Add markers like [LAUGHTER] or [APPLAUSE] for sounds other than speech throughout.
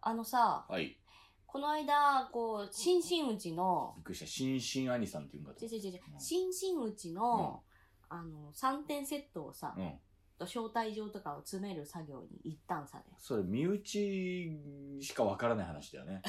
あのさ、はい。この間、こう、新進うちのび、っくりした。新新兄さんって言うんかと違う思違う違ううん新進うちの、あの、3点セットをさう。、うん。招待状とかを詰める作業に行ったんさね。それ、身内しかわからない話だよね。 [LAUGHS]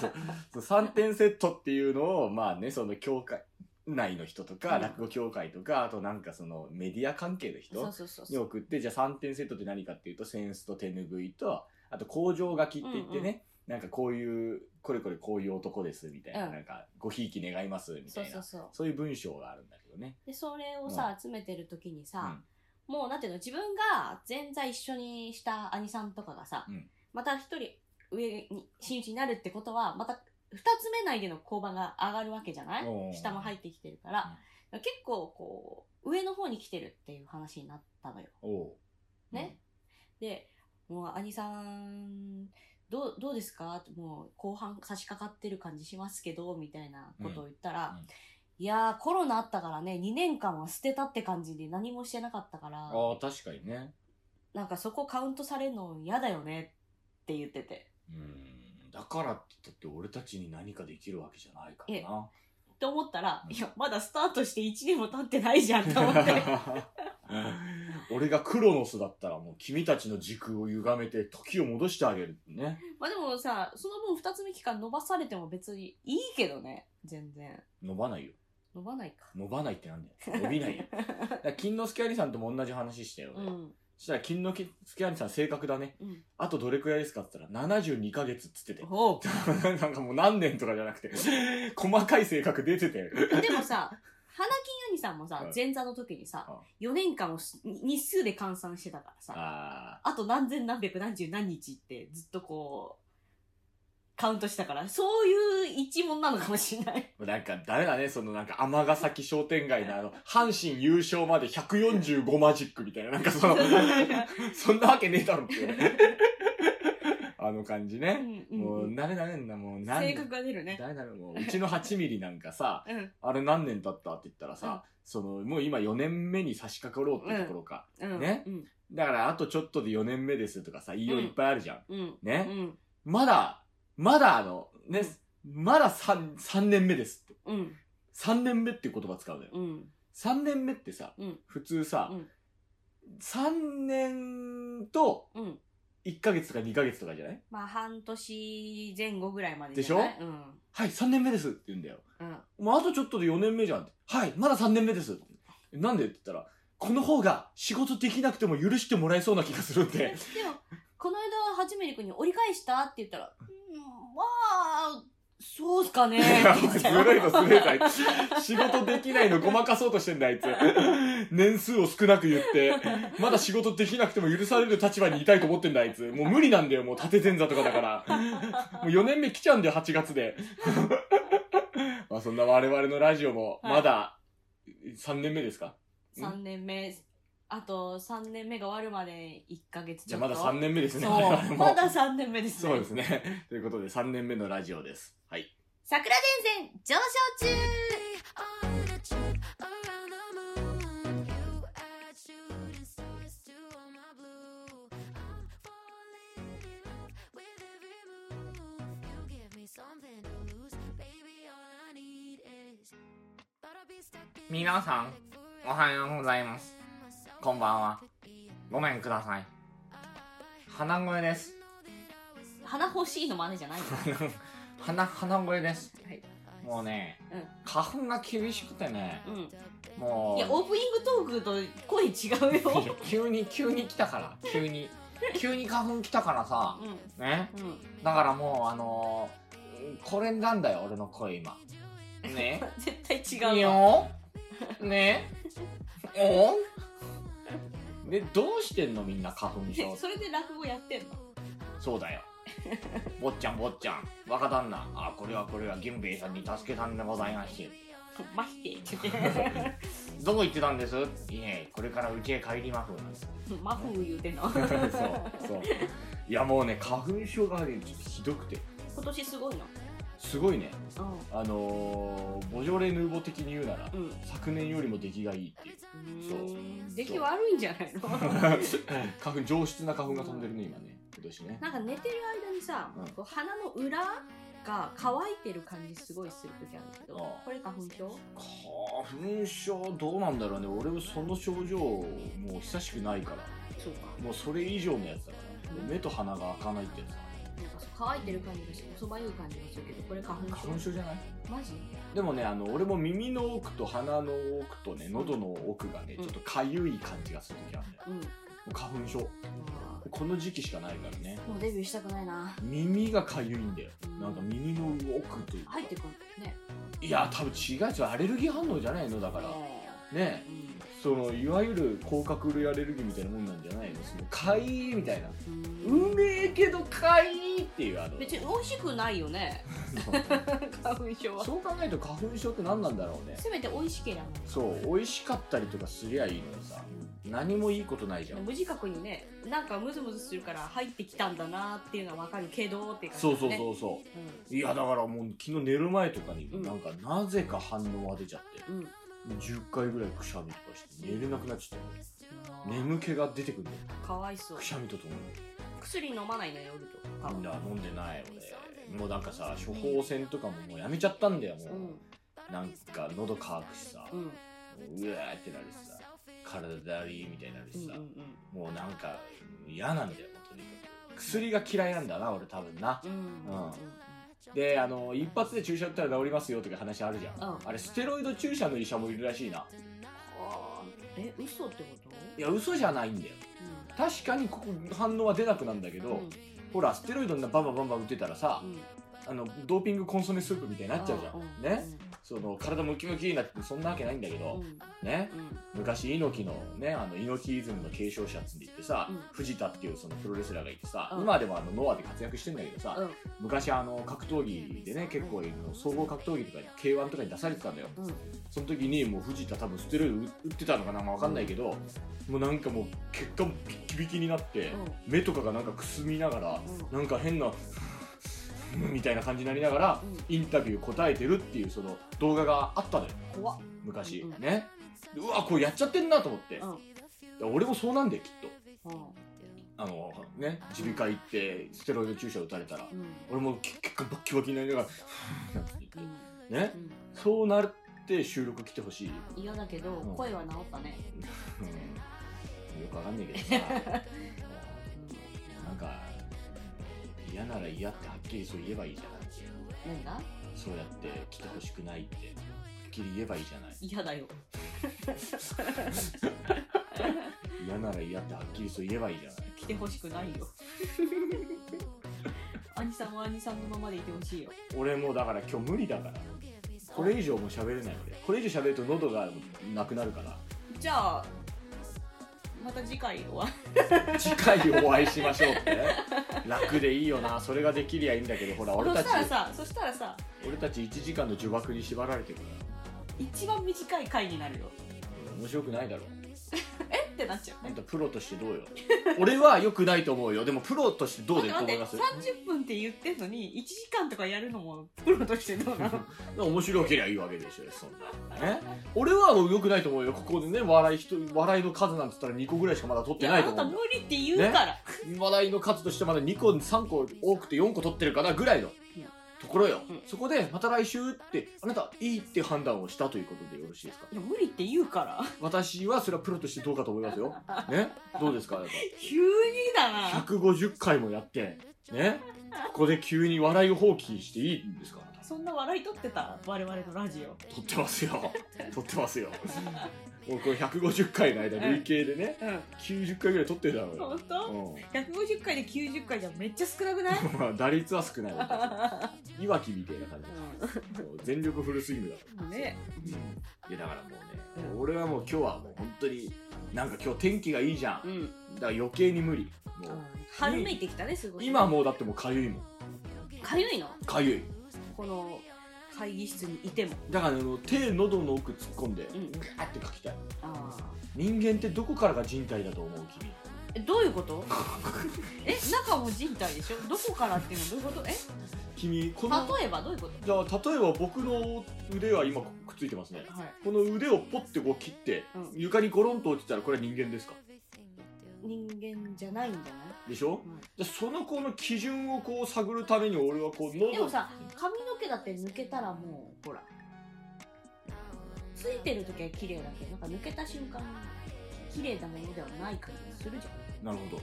そう3点セットっていうのを、まあね、その教会内の人とか、うん落語協会とか、あとなんかそのメディア関係の人そうそうそうにそう。送って、じゃあ3点セットって何かっていうと、センスと手拭いと、あと工場書きって言ってね、なんかこういう、これこれこういう男です、みたいな、うんなんか、ごひいき願います、みそたういそうな。そう。そういう文章があるんだけどね。で、それをさ、集めてる時にうさん、もうなんていうの、自分が前座一緒にした兄さんとかがさうん、また一人上に、真打ちになるってことは、また二つ目内での交番が上がるわけじゃなおーい下も入ってきてるから、結構こう、上の方に来てるっていう話になったのよ。おうね。で、もう兄さん、どう、どうですかもう後半差し掛かってる感じしますけど、みたいなことを言ったら、うんうんいやー、コロナあったからね、2年間は捨てたって感じで何もしてなかったかうら、んああ、確かにね。なんかそこカウントされるの嫌だよねって言ってて。うん。だからって言ったって俺たちに何かできるわけじゃないからな。って思ったら、うんいや、まだスタートして1年も経ってないじゃんと [LAUGHS] 思って。俺がクロノスだったらもう君たちの時空を歪めて時を戻してあげるね。まあでもさ、その分2つ目期間伸ばされても別にいいけどね、全然。伸ばないよ。伸ばない [LAUGHS] か。伸ばないってなんだよ。伸 [LAUGHS] びないよ。だから金之助兄さんとも同じ話したようね。ん。そしたら金之助兄さん正確だね。うん。あとどれくらいですかって言ったら72ヶ月っつってて。おう [LAUGHS] なんかもう何年とかじゃなくて、 [LAUGHS] 細かい性格出てたよ。でもさ、花金兄さんもさう、ん前座の時にさう、 4年間をしに日数で換算してたからさ、ああと何千何百何十何日ってずっとこう、カウントしたから、そういう一問なのかもしれ [LAUGHS] ない。あ。なんかダメだね、そのなんか天ヶ崎商店街のあの、阪神優勝まで145マジックみたいな、なんか [LAUGHS] その、そんなわけねえだろって。あの感じうね。んうんもううんダメだねんな、もう何性年。格が出るね。誰だろう、もう。うちの8ミリなんかさ、うん、あれ何年経ったって言ったらさ、その、もう今4年目に差し掛かろうってところか。うん。ねうん、だからあとちょっとで4年目ですとかさ、言いよういっぱいあるじゃん。うん。ねうん。まだ、まだあの、ね、まだ3、三年目ですって。うん。 3年目っていう言葉使うのよ。うん。 3年目ってさ、うん普通さ、うん3年とうん。 1ヶ月とか2ヶ月とかじゃないまあ、半年前後ぐらいまででしょじゃないうん。はい、3年目ですって言うんだよ。うん。もうあとちょっとで4年目じゃんって。はい、まだ3年目です。なんでって言ったら、この方が仕事できなくても許してもらえそうな気がするんえで。でも、この間、はじめりくんに折り返したって言ったら、うん、まあ、そうっすかね。いや、みずたいなるいのずるいのあい [LAUGHS] つ。仕事できないのごまかそうとしてんだあいつ。年数を少なく言って、まだ仕事できなくても許される立場にいたいと思ってんだあいつ。もう無理なんだよ、もう縦前座とかだから。もう4年目来ちゃうんだよ、8月で。 [LAUGHS] まあそんな我々のラジオも、はいまだ3年目ですか3年目、あと3年目が終わるまで1ヶ月じゃあまだ3年年目ですね、我々そう。もまだ3年目ですね。そうですね。ということで3年目のラジオです。はい。桜前線上昇中 Are the truth around the moon? You are shooting stars to all my blue. I'm falling in love with every move. You give me something to lose, baby. All I need is. 皆さん、おはようございます。こんばんは。ごめんください。鼻声です。 [LAUGHS] 花欲しいの真似じゃないの鼻、鼻声です。はい。もうね、うん花粉が厳しくてね、うん。もう、いや、オープニングトークと声違うよ。いや急に、急に来たから、急に、急に花粉来たからさう、ん。ね。うん。だからもう、あのーこれなんだよ、俺の声今。ね。絶対いい違うわ。よ。ね。 [LAUGHS] おで、どうしてんのみんな花粉症でそれで落語やってんのそうだよ。坊ちゃん坊ちゃん、若旦那、あ、これはこれは銀兵衛さんに助けたんでございまして。まひて [LAUGHS] って言って。どこ行ってたんですいえ、これから家へ帰ります。マフ言うてんの。 [LAUGHS] そうそういやもうね花粉症がねひどくて今年すごいの。すごいねうん。あのー、ボジョレ・ヌーボー的に言うなら、うん [LAUGHS] 昨年よりも出来がいいっていううーんそう出来悪いんじゃないの花粉上質な花粉が飛んでるね今ね今年ね [LAUGHS] なんか寝てる間にさ、うんこう鼻の裏が乾いてる感じすごいする時あるけどああこれ花粉症花粉症どうなんだろうね俺はその症状もう久しくないからそうかもうそれ以上のやつだから目と鼻が開かないってやつなんかそう乾いてる感じがしてそばゆい感じがするけどこれ花粉症花粉症じゃないマジでもねあの俺も耳の奥と鼻の奥とね喉の奥がねちょっとかゆい感じがする時あるんだようんもう花粉症あこの時期しかないからねーもうデビューしたくないな耳がかゆいんだよなんか耳の奥というか入ってくるねいや多分違う違うアレルギー反応じゃないのだからねうんそのいわゆる甲殻類アレルギーみたいなもんなんじゃないのそのかいーみたいなううんめえけどかいーっていうあの [LAUGHS] 別に美味しくないよね花粉症はそう考えると花粉症って何なんだろうねせめて美味しければそう美味しかったりとかすりゃいいのにさ何もいいことないじゃん無自覚にねなんかムズムズするから入ってきたんだなっていうのはわかるけどって感じ、そね、うそうう、そうそういやだからもう昨日寝る前とかにうんなんかなぜか反応が出ちゃってうんうん、 10回ぐらいくしゃみとかして寝れなくなっちゃってね眠気が出てくるんだよかわいそうくしゃみとともに薬飲まないの夜とかいや飲んでない俺もうなんかさ処方箋とかももうやめちゃったんだよもうう、んなんか喉乾くしさ、ううんわーってなるしさ体だりーみたいになるうんうしんさ、うんもうなんか嫌なんだよとにかく薬が嫌いなんだな俺多分なうんうんであの一発で注射打ったら治りますよとか話あるじゃん、うんあれステロイド注射の医者もいるらしいなあーえ嘘ってこといや嘘じゃないんだよ確かにここ反応は出なくなんだけど、うんうんほらステロイドなバンバンバンバン打ってたらさ、うんあのドーピングコンソメスープみたいになっちゃうじゃん、うんね、その体ムキムキになってそんなわけないんだけうんどう、んねうん昔猪木のねあの猪木イズムの継承者っつって言ってさ、うん藤田っていうそのプロレスラーがいてさ、うん今でもあのノアで活躍してんだけどさ、うん昔あの格闘技でね結構あの総合格闘技とか k 1とかに出されてたんだようんその時にもう藤田多分ステロイド打ってたのかな、まあ、分かんないけど、もうなんかもう血管ビッキビキになって、目とかがなんかくすみながら、うなんか変なみたいな感じになりながら、うんインタビュー答えてるっていうその動画があったのよ怖っ昔、うんうんねでうわこれやっちゃってんなと思って、うんで俺もそうなんだよきっとうんあのね耳鼻科行ってステロイド注射打たれたら、うん俺も結構バッキバキになりながらなんてう言ってんねそうなって収録来てほしい、うん嫌だけどうん声は治ったねうんよくわかんないけど [LAUGHS] さなんか嫌なら嫌ってはっきりそう言えばいいじゃない何がそうやって来てほしくないってはっきり言えばいいじゃない嫌だよ嫌なら嫌ってはっきりそう言えばいいじゃない来てほしくないよ兄さんは兄さんのままでいてほしいよ俺もうだから今日無理だからこれ以上もう喋れない俺これ以上喋ると喉がなくなるからじゃあまた次回は次回お会いしましょうってね楽でいいよなそれができりゃいいんだけどほらそ俺たしちたらさそしたらさ俺たち1時間の呪縛に縛られてるから一番短い回になるよ面白くないだろえってなっちゃうあんねたプロとしてどうよ俺は良くないと思うよでもプロとしてどうで待とっ思ています待って30分って言ってんのに1時間とかやるのもプロとしてどうなの [LAUGHS] 面白けりゃいいわけでしょそんなね俺は良くないと思うよここでね笑い人笑いの数なんて言ったら2個ぐらいしかまだ取っいてやなあいとなた思うん無だ理って言うから、笑いの数としてまだ2個3個多くて4個取ってるかなぐらいのところよ、うんそこでまた来週ってあなたいいって判断をしたということでよろしいですかいや無理って言うから私はそれはプロとしてどうかと思いますよねどうですかやっぱ急にだな150回もやってねここで急に笑いを放棄していいんですかあなそんな笑い取ってた我々のラジオた撮ってますよ撮ってますよもうこれ150回の間累計でねうん90回ぐらい撮ってるだろう本よ、当う150回で90回じゃめっちゃ少なくないん、まあ打率は少ないわいわきみたいな感じもう全力フルスイングだうんねいやだからもうね俺はもう今日はもう本当になんか今日天気がいいじゃんうんだから余計に無理もう春めいてきたねすごい今もうだってもうかゆいもんかゆいのかゆいこの会議室にいてもだからねもう手喉の奥突っ込んでガんーって書きたいああ人間ってどこからが人体だと思う君えどういうこと [LAUGHS] え中も人体でしょどこからっていうのはどういうことえ君この例えばどういうことじゃあ例えば僕の腕は今くついてますねはいこの腕をポッてこう切って、うん床にゴロンと落ちたらこれは人間ですか人間じゃないんじゃないでしょ、うんでその子の基準をこう探るために俺はこうでも喉さ髪の毛だって抜けたらもうほらついてる時は綺麗だけどなんか抜けた瞬間綺麗なものではない感じがするじゃなるほど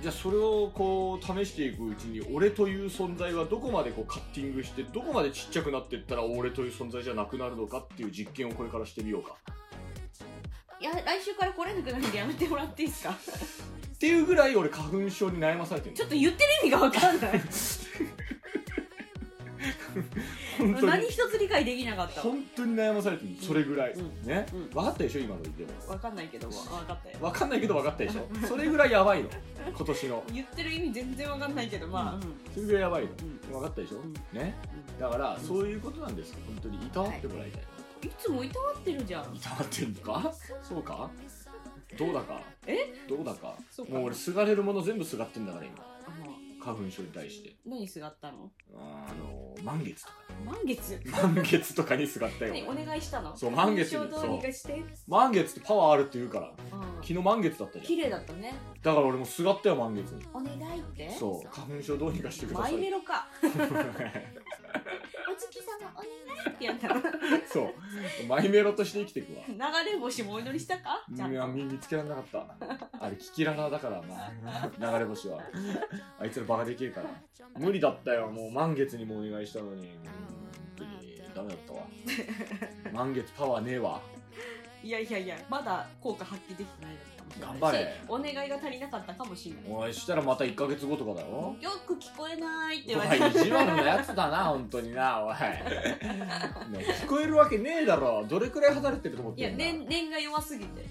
じゃあそれをこう試していくうちに俺という存在はどこまでこうカッティングしてどこまでちっちゃくなっていったら俺という存在じゃなくなるのかっていう実験をこれからしてみようかんいや来週から来れなくなるんでやめてもらっていいです [LAUGHS] かっていうぐらい俺花粉症に悩まされてるちょっと言ってる意味がわかんない本当何に一つ理解できなかったわ本当に悩まされてるそれぐらい、うんね、うん分かったでしょ今の言ってもわかんないけどわわかったよ分かんないけど分かったでしょそれぐらいやば [LAUGHS] いの今年の言ってる意味全然わかんないけどまあ、うんそれぐらいやばいのうん分かったでしょ、んねだからそういうことなんです本当にいたわってもらいたい、いつもいたわってるじゃんい、たわってんのかそうかどうだかえどうだかそうかもう俺すがれるもの全部すがってんだから今あの花粉症に対して何すがったのあーあのー満月とか満月満月とかにすがったよ何お願いしたのそう満月に印象どうにかして満月ってパワーあるって言うからうん昨日満月だったじ綺麗だったねゃんだから俺もすがったよ満月にお願いってそう花粉症どうにかしてくだマさいイメロかお月様お願いってやったら [LAUGHS] そうマイメロとして生きていくわ [LAUGHS] 流れ星もお祈りしたかちゃんいやと見見つけられなかったあれキキララだから [LAUGHS] な流れ星はあいつらバカできるから無理だったよもう満月にもお願いしたのに本当にダメだったわ満月パワーねえわいやいやいやまだ効果発揮できてないですかもしれない頑張れしお願いが足りなかったかもしれないおいしたらまた1ヶ月後とかだろよく聞こえないってお言われ前て意地悪なやつだ [LAUGHS] な本当になおい [LAUGHS] ね聞こえるわけねえだろどれくらい離れてると思っいてやんだ念念が弱すぎて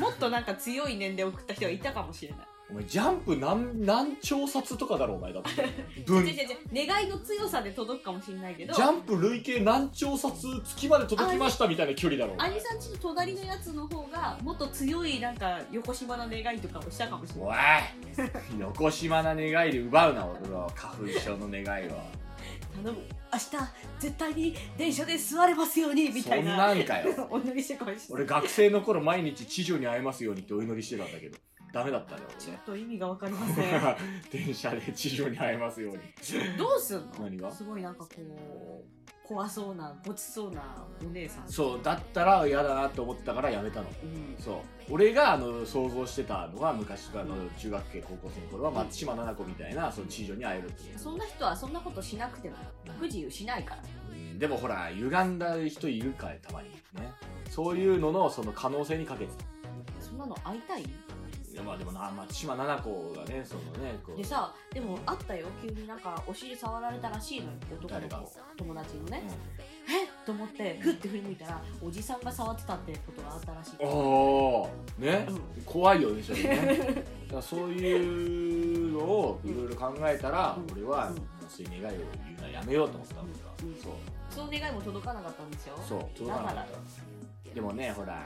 もっとなんか強い念で送った人がいたかもしれないお前ジャンプ何何兆冊とかだろお前だって [LAUGHS] 文違う違う違う願いの強さで届くかもしれないけどジャンプ累計何兆冊月まで届きましたみたいな距離だろうアニさんちの隣のやつの方がもっと強いなんか横島な願いとかをしたかもしれないおい横島な願いで奪うな俺は花粉症の願いは頼む明日絶対に電車で座れますようにみたいなそん [LAUGHS] なんかよお祈りしてかもしれない俺学生の頃毎日知女に会えますようにってお祈りしてたんだけどダメだったねちょっと意味がわかりません俺ね [LAUGHS] 電車で知女に会えますようにどうすんの何がすごいなんかこう怖そうなごちそうなお姉さんそうだったら嫌だなって思ったからやめたのうんそう俺があの想像してたのは昔あの中学生高校生の頃は松島菜々子みたいなその知女に会えるっていうそんな人はそんなことしなくても不自由しないからうんでもほら歪んだ人いるからたまにねそういうののその可能性にかけてたそんなの会いたいいやまあでもな松島菜々子がねそのねこうでさでもあったよ急になんかお尻触られたらしいのよ男の誰が子友達のね、うんえっと思ってふって振り向いたらおじさんが触ってたってことがあったらしいおーね、う怖いよねそれ [LAUGHS] ねだからそういうのをいろいろ考えたら、うん俺は、うんもうそういう願いを言うのはやめようと思ってたんですうんそうその願いも届かなかったんですよそう届かなかっだかたでもねほら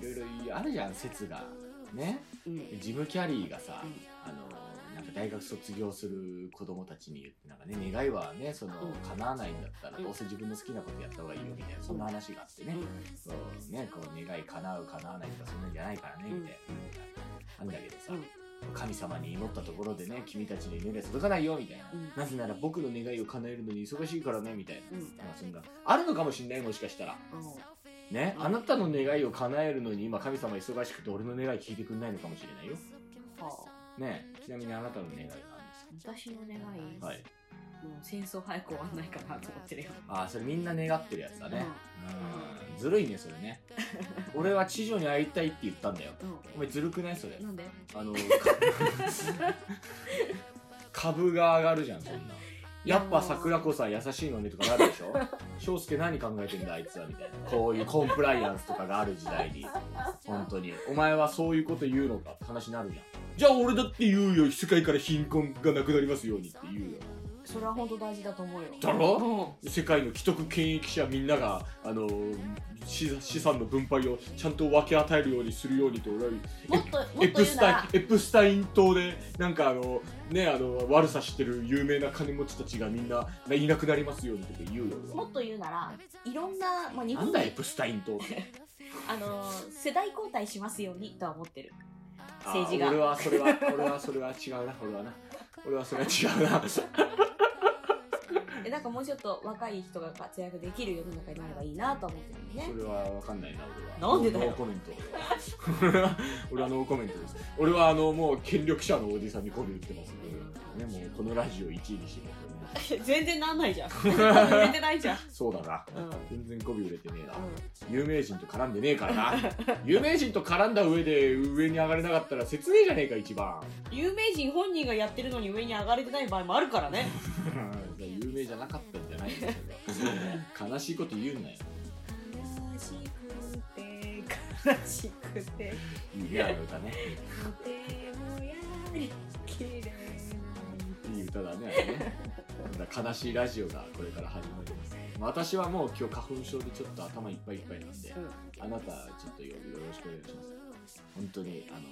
いろいろあるじゃん説がねうんジム・キャリーがさ、うんあのなんか大学卒業する子供たちに言ってなんかね願いはねそのうん叶わないんだったらうんどうせ自分の好きなことやった方がいいよみたいなそんな話があってね、そうね、こう願い叶う叶わないとかそんなんじゃないからねみたいな、あんだけどさ、うん神様に祈ったところでね君たちの祈りは届かないよみたいな、うんなぜなら僕の願いを叶えるのに忙しいからねみたいな,、うんなんかそんなあるのかもしれないもしかしたらうね、うんあなたの願いを叶えるのに今神様忙しくて俺の願い聞いてくんないのかもしれないよんはあねちなみにあなたの願いは私の願い、何ですかはいもう戦争早く終わんないかなと思ってるよああそれみんな願ってるやつだねうんずるいねそれね俺は知女に会いたいって言ったんだようお前ずるくないそれんなんであの株が上がるじゃんそんなやっぱ桜子さん優しいのねとかなるでしょ翔介何考えてんだあいつはみたいなこういうコンプライアンスとかがある時代に本当にお前はそういうこと言うのかって話になるじゃんじゃあ俺だって言うよ世界から貧困がなくなりますようにって言うよそれは本当大事だと思うよだろうん世界の既得権益者みんながあの資資産の分配をちゃんと分け与えるようにするようにと俺はもっともエっとプ言うスなタイらンエプスタイン島でなんかあのねあの悪さしてる有名な金持ちたちがみんないなくなりますようにとか言うよ俺はもっと言うならいろんな、まあ、日なん本だエプスタイン島ってあの世代交代しますようにとは思ってるあ [LAUGHS] 政治ーが俺はそれは俺はそれは違うな俺はな俺はそれは違うなえなんかもうちょっと若い人が活躍できる世の中になればいいなと思ってるよねそれは分かんないな俺はなんでだよノーコメント俺は俺はノーコメントです俺はあのもう権力者のおじさんに媚び売ってますんで、ね、もうこのラジオ1位にしてますよね [LAUGHS] 全然なんないじゃん [LAUGHS] 売れてないじゃん、そうだなうんうん、全然媚び売れてねえな有名人と絡んでねえからな有名人と絡んだ上で上に上がれなかったら説明じゃねえか一番 [LAUGHS] 有名人本人がやってるのに上に上がれてない場合もあるからね有名じゃなかったんじゃないんだけど悲しいこと言うなよ悲しくて悲しくていいねあの歌ねとてもやりきれいい歌だねあれねだから悲しいラジオがこれから始まります私はもう今日花粉症でちょっと頭いっぱいいっぱいなんでうんあなたちょっとよよろしくお願いします本当にあのも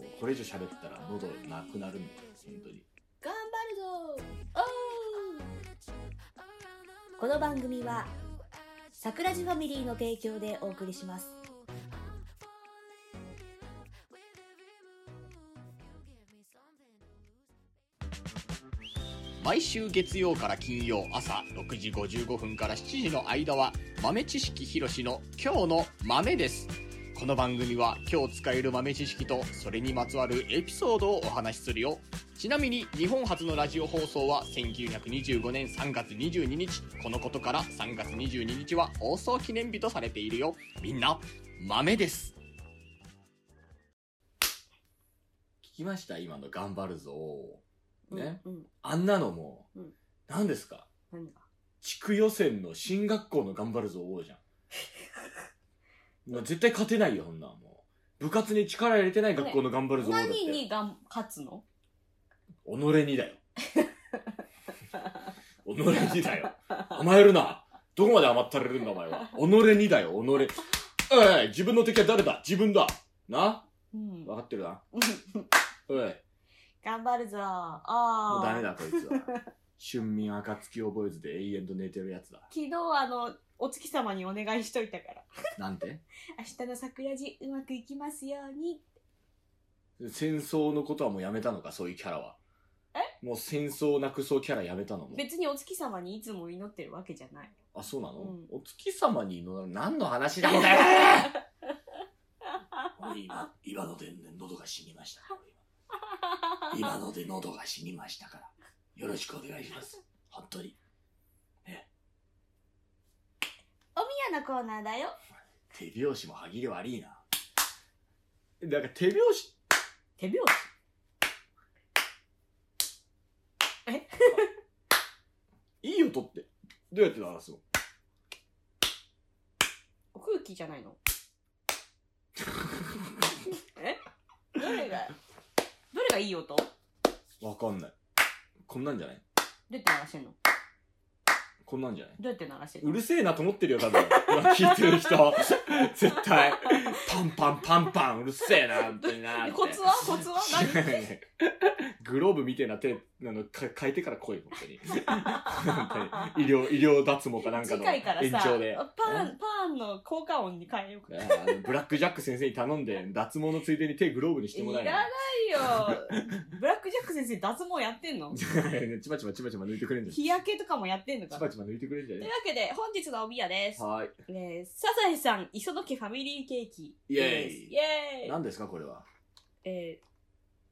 うこれ以上喋ったら喉なくなるんで本当に頑張るぞこの番組は桜地ファミリーの提供でお送りします毎週月曜から金曜朝6時55分から7時の間は豆知識ひろしの今日の豆ですこの番組は今日使える豆知識とそれにまつわるエピソードをお話しするよちなみに日本初のラジオ放送は1925年3月22日このことから3月22日は放送記念日とされているよみんな豆です聞きました今の「頑張るぞ」ね、うん、うん、あんなのもう、うん何ですか何が地区予選の進学校の頑張るぞ王じゃ [LAUGHS] んまあ絶対勝てないよそんなんもう部活に力入れてない学校の頑張るぞ王だって何にがん勝つの己にだよ己にだよ甘えるなどこまで甘ったれるんだお前は己にだよ己おいおい自分の敵は誰だ自分だなうん分かってるなおい頑張るぞあもあうダメだこいつは春眠暁を覚えずで永遠と寝てるやつだ昨日あのお月様にお願いしといたからなんて明日の桜地うまくいきますように戦争のことはもうやめたのかそういうキャラはもう戦争をなくそうキャラやめたのもう別にお月様にいつも祈ってるわけじゃないあそうなの、うんお月様にの何の話なんだよ俺今今ので喉が死にました今ので喉が死にましたからよろしくお願いします本当におみやのコーナーだよ手拍子も歯切れ悪いななんか手拍子手拍子いい音ってどうやって鳴らすの空気じゃない [LAUGHS] のえどれがどれがいい音どうわかんない。こんなんじゃないやって鳴らしてんのこんなんじゃないどうやって鳴らしてんうのるせえなと思ってるよ、多分。今聞いて [LAUGHS] る人。絶対。パンパンパンパン、うるせえな、本当に [LAUGHS] なって。コツはコツは何グローブみたいな手、あの、か変えてから来い、本 [LAUGHS] 当に。本当に医療、医療脱毛かなんか次の回から延さ長で。パンパンの効果音に変えようかえあのブラックジャック先生に頼んで、脱毛のついでに手グローブにしてもらえいらなない [LAUGHS] いよブラックジャック先生脱毛やってんのちまちまちまちま抜いてくれんじゃん。ち日焼けとかもやってんのかまなちま抜いてくれんじゃというねわけで本日のおみやです、はーえー、サザエさん磯野家ファミリーケーキイエーイですイエーい。イ何ですか、これは。えー、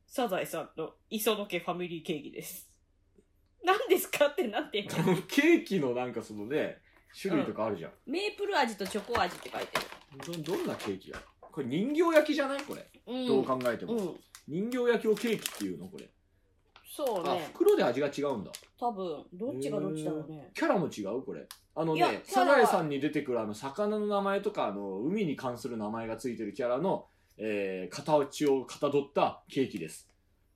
サザエさんの磯野家ファミリーケーキです。 [LAUGHS] 何ですかってなってんのそのケーキのなんかそのね種類とかあるじゃん、メープル味とチョコ味って書いてどどんなケーキやこれ人形焼きじゃないこれ、る。うんどう考えても、うん。人形焼きをケーキっていうのこれ、そうあね。袋で味が違うんだ多分、どっちがどっちだろうね。キャラも違うこれあのいやねキャサラはザエさんに出てくるあの魚の名前とかあの海に関する名前がついてるキャラの、えー、形をかたどったケーキです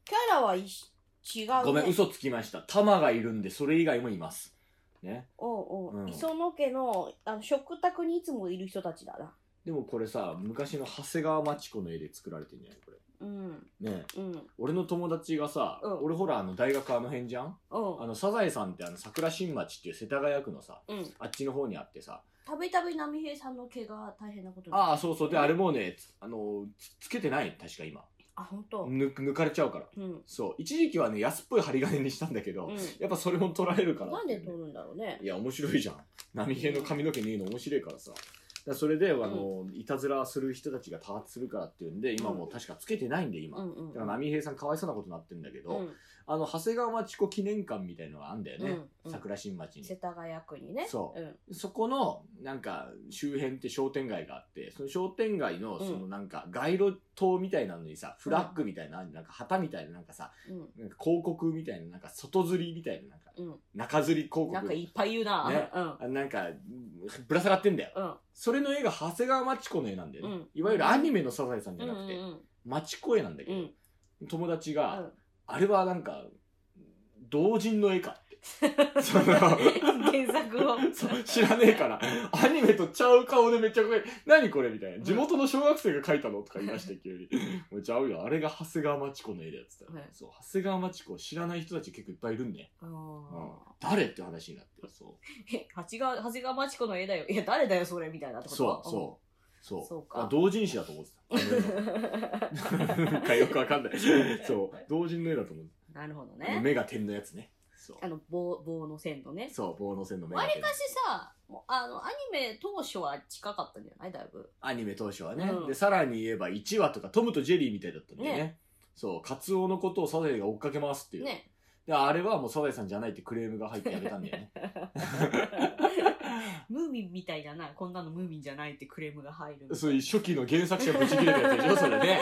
キャラは一違う、ね。ごめん、嘘つきました。玉がいるんで、それ以外もいます。ね。おうおう、うん磯野家のあの食卓にいつもいる人たちだな。でもこれさ、昔の長谷川町子の絵で作られてんじゃないこうん、れ。ねえうん、俺の友達がさ、うん俺ほら、あの、大学あの辺じゃんうんあ。の、サザエさんってあの、桜新町っていう世田谷区のさ、うんあっちの方にあってさ、たびたび波平さんの毛が大変なことにああ、そうそう。で、あれもうね、つあの、つつけてない、確か今。あ、ほんと。抜抜かれちゃうから。うん。そう。一時期はね、安っぽい針金にしたんだけど、うやっぱそれも取られるかん。らっなんていでうね、取るんだろうね。いや、面白いじゃん。波平の髪の毛ねえの面白いからさ。だからそれで、あの、いたずらする人たちが多発するからっていうんで、今もう確かつけてないんで、今。うんうん。だから波平さんかわいそうなことになってるんだけど、うんあの、長谷川町子記念館みたいのがあんだよね。うんうん桜新町に。世田谷区にね。そううん。そこの、なんか、周辺って商店街があって、その商店街の、うんそのなんか、街路灯みたいなのにさ、フラッグみたいな、なんか旗みたいな、なんかさ、うん。なんか広告みたいな、なんか外吊りみたいな、なんか、うん中吊り広告。なんかいっぱい言うな。ねうん。あなんか、ぶら下がってんだよ。うん。それの絵が長谷川町子の絵なんだよね。うんいわゆるアニメのサザエさんじうゃんうなんくうて、ん。町子絵なんだけうど、ん。友う達が、んあれはなんか、同人の絵か [LAUGHS] って。その原作を。そう知らねえから、アニメとちゃう顔でめっちゃこれ、何これみたいな。地元の小学生が描いたのとか言いました、 [LAUGHS] 急に。もうちゃうよ。あれが長谷川町子の絵だっつったら、はいそう、長谷川町子を知らない人たち結構いっぱいいるんね。あうんー。誰って話になって。そう。え、長谷川、長谷川町子の絵だよ。いや、誰だよ、それ、みたいなってことそうそうそうそうかあ同人誌だと思ってたなんかよくわかんない [LAUGHS] そう同人の絵だと思って [LAUGHS] うん。なるほどたね。目が点のやつねそうあの、棒、棒の線のね。そう棒の線の目がわり点かしさ、もうあの、アニメ当初は近かったんじゃないだいぶ。アニメ当初はね、うんでさらに言えば1話とかトムとジェリーみたいだったんだよねそうカツオのことをサザエが追っかけますっていう、 [LAUGHS] ね。であれはもうサザエさんじゃないってクレームが入ってやめたんだ [LAUGHS] よねムーミンみたいじゃない。こんなのムーミンじゃないってクレームが入る。そういう初期の原作者ブチギレたやつでしょそ [LAUGHS] れね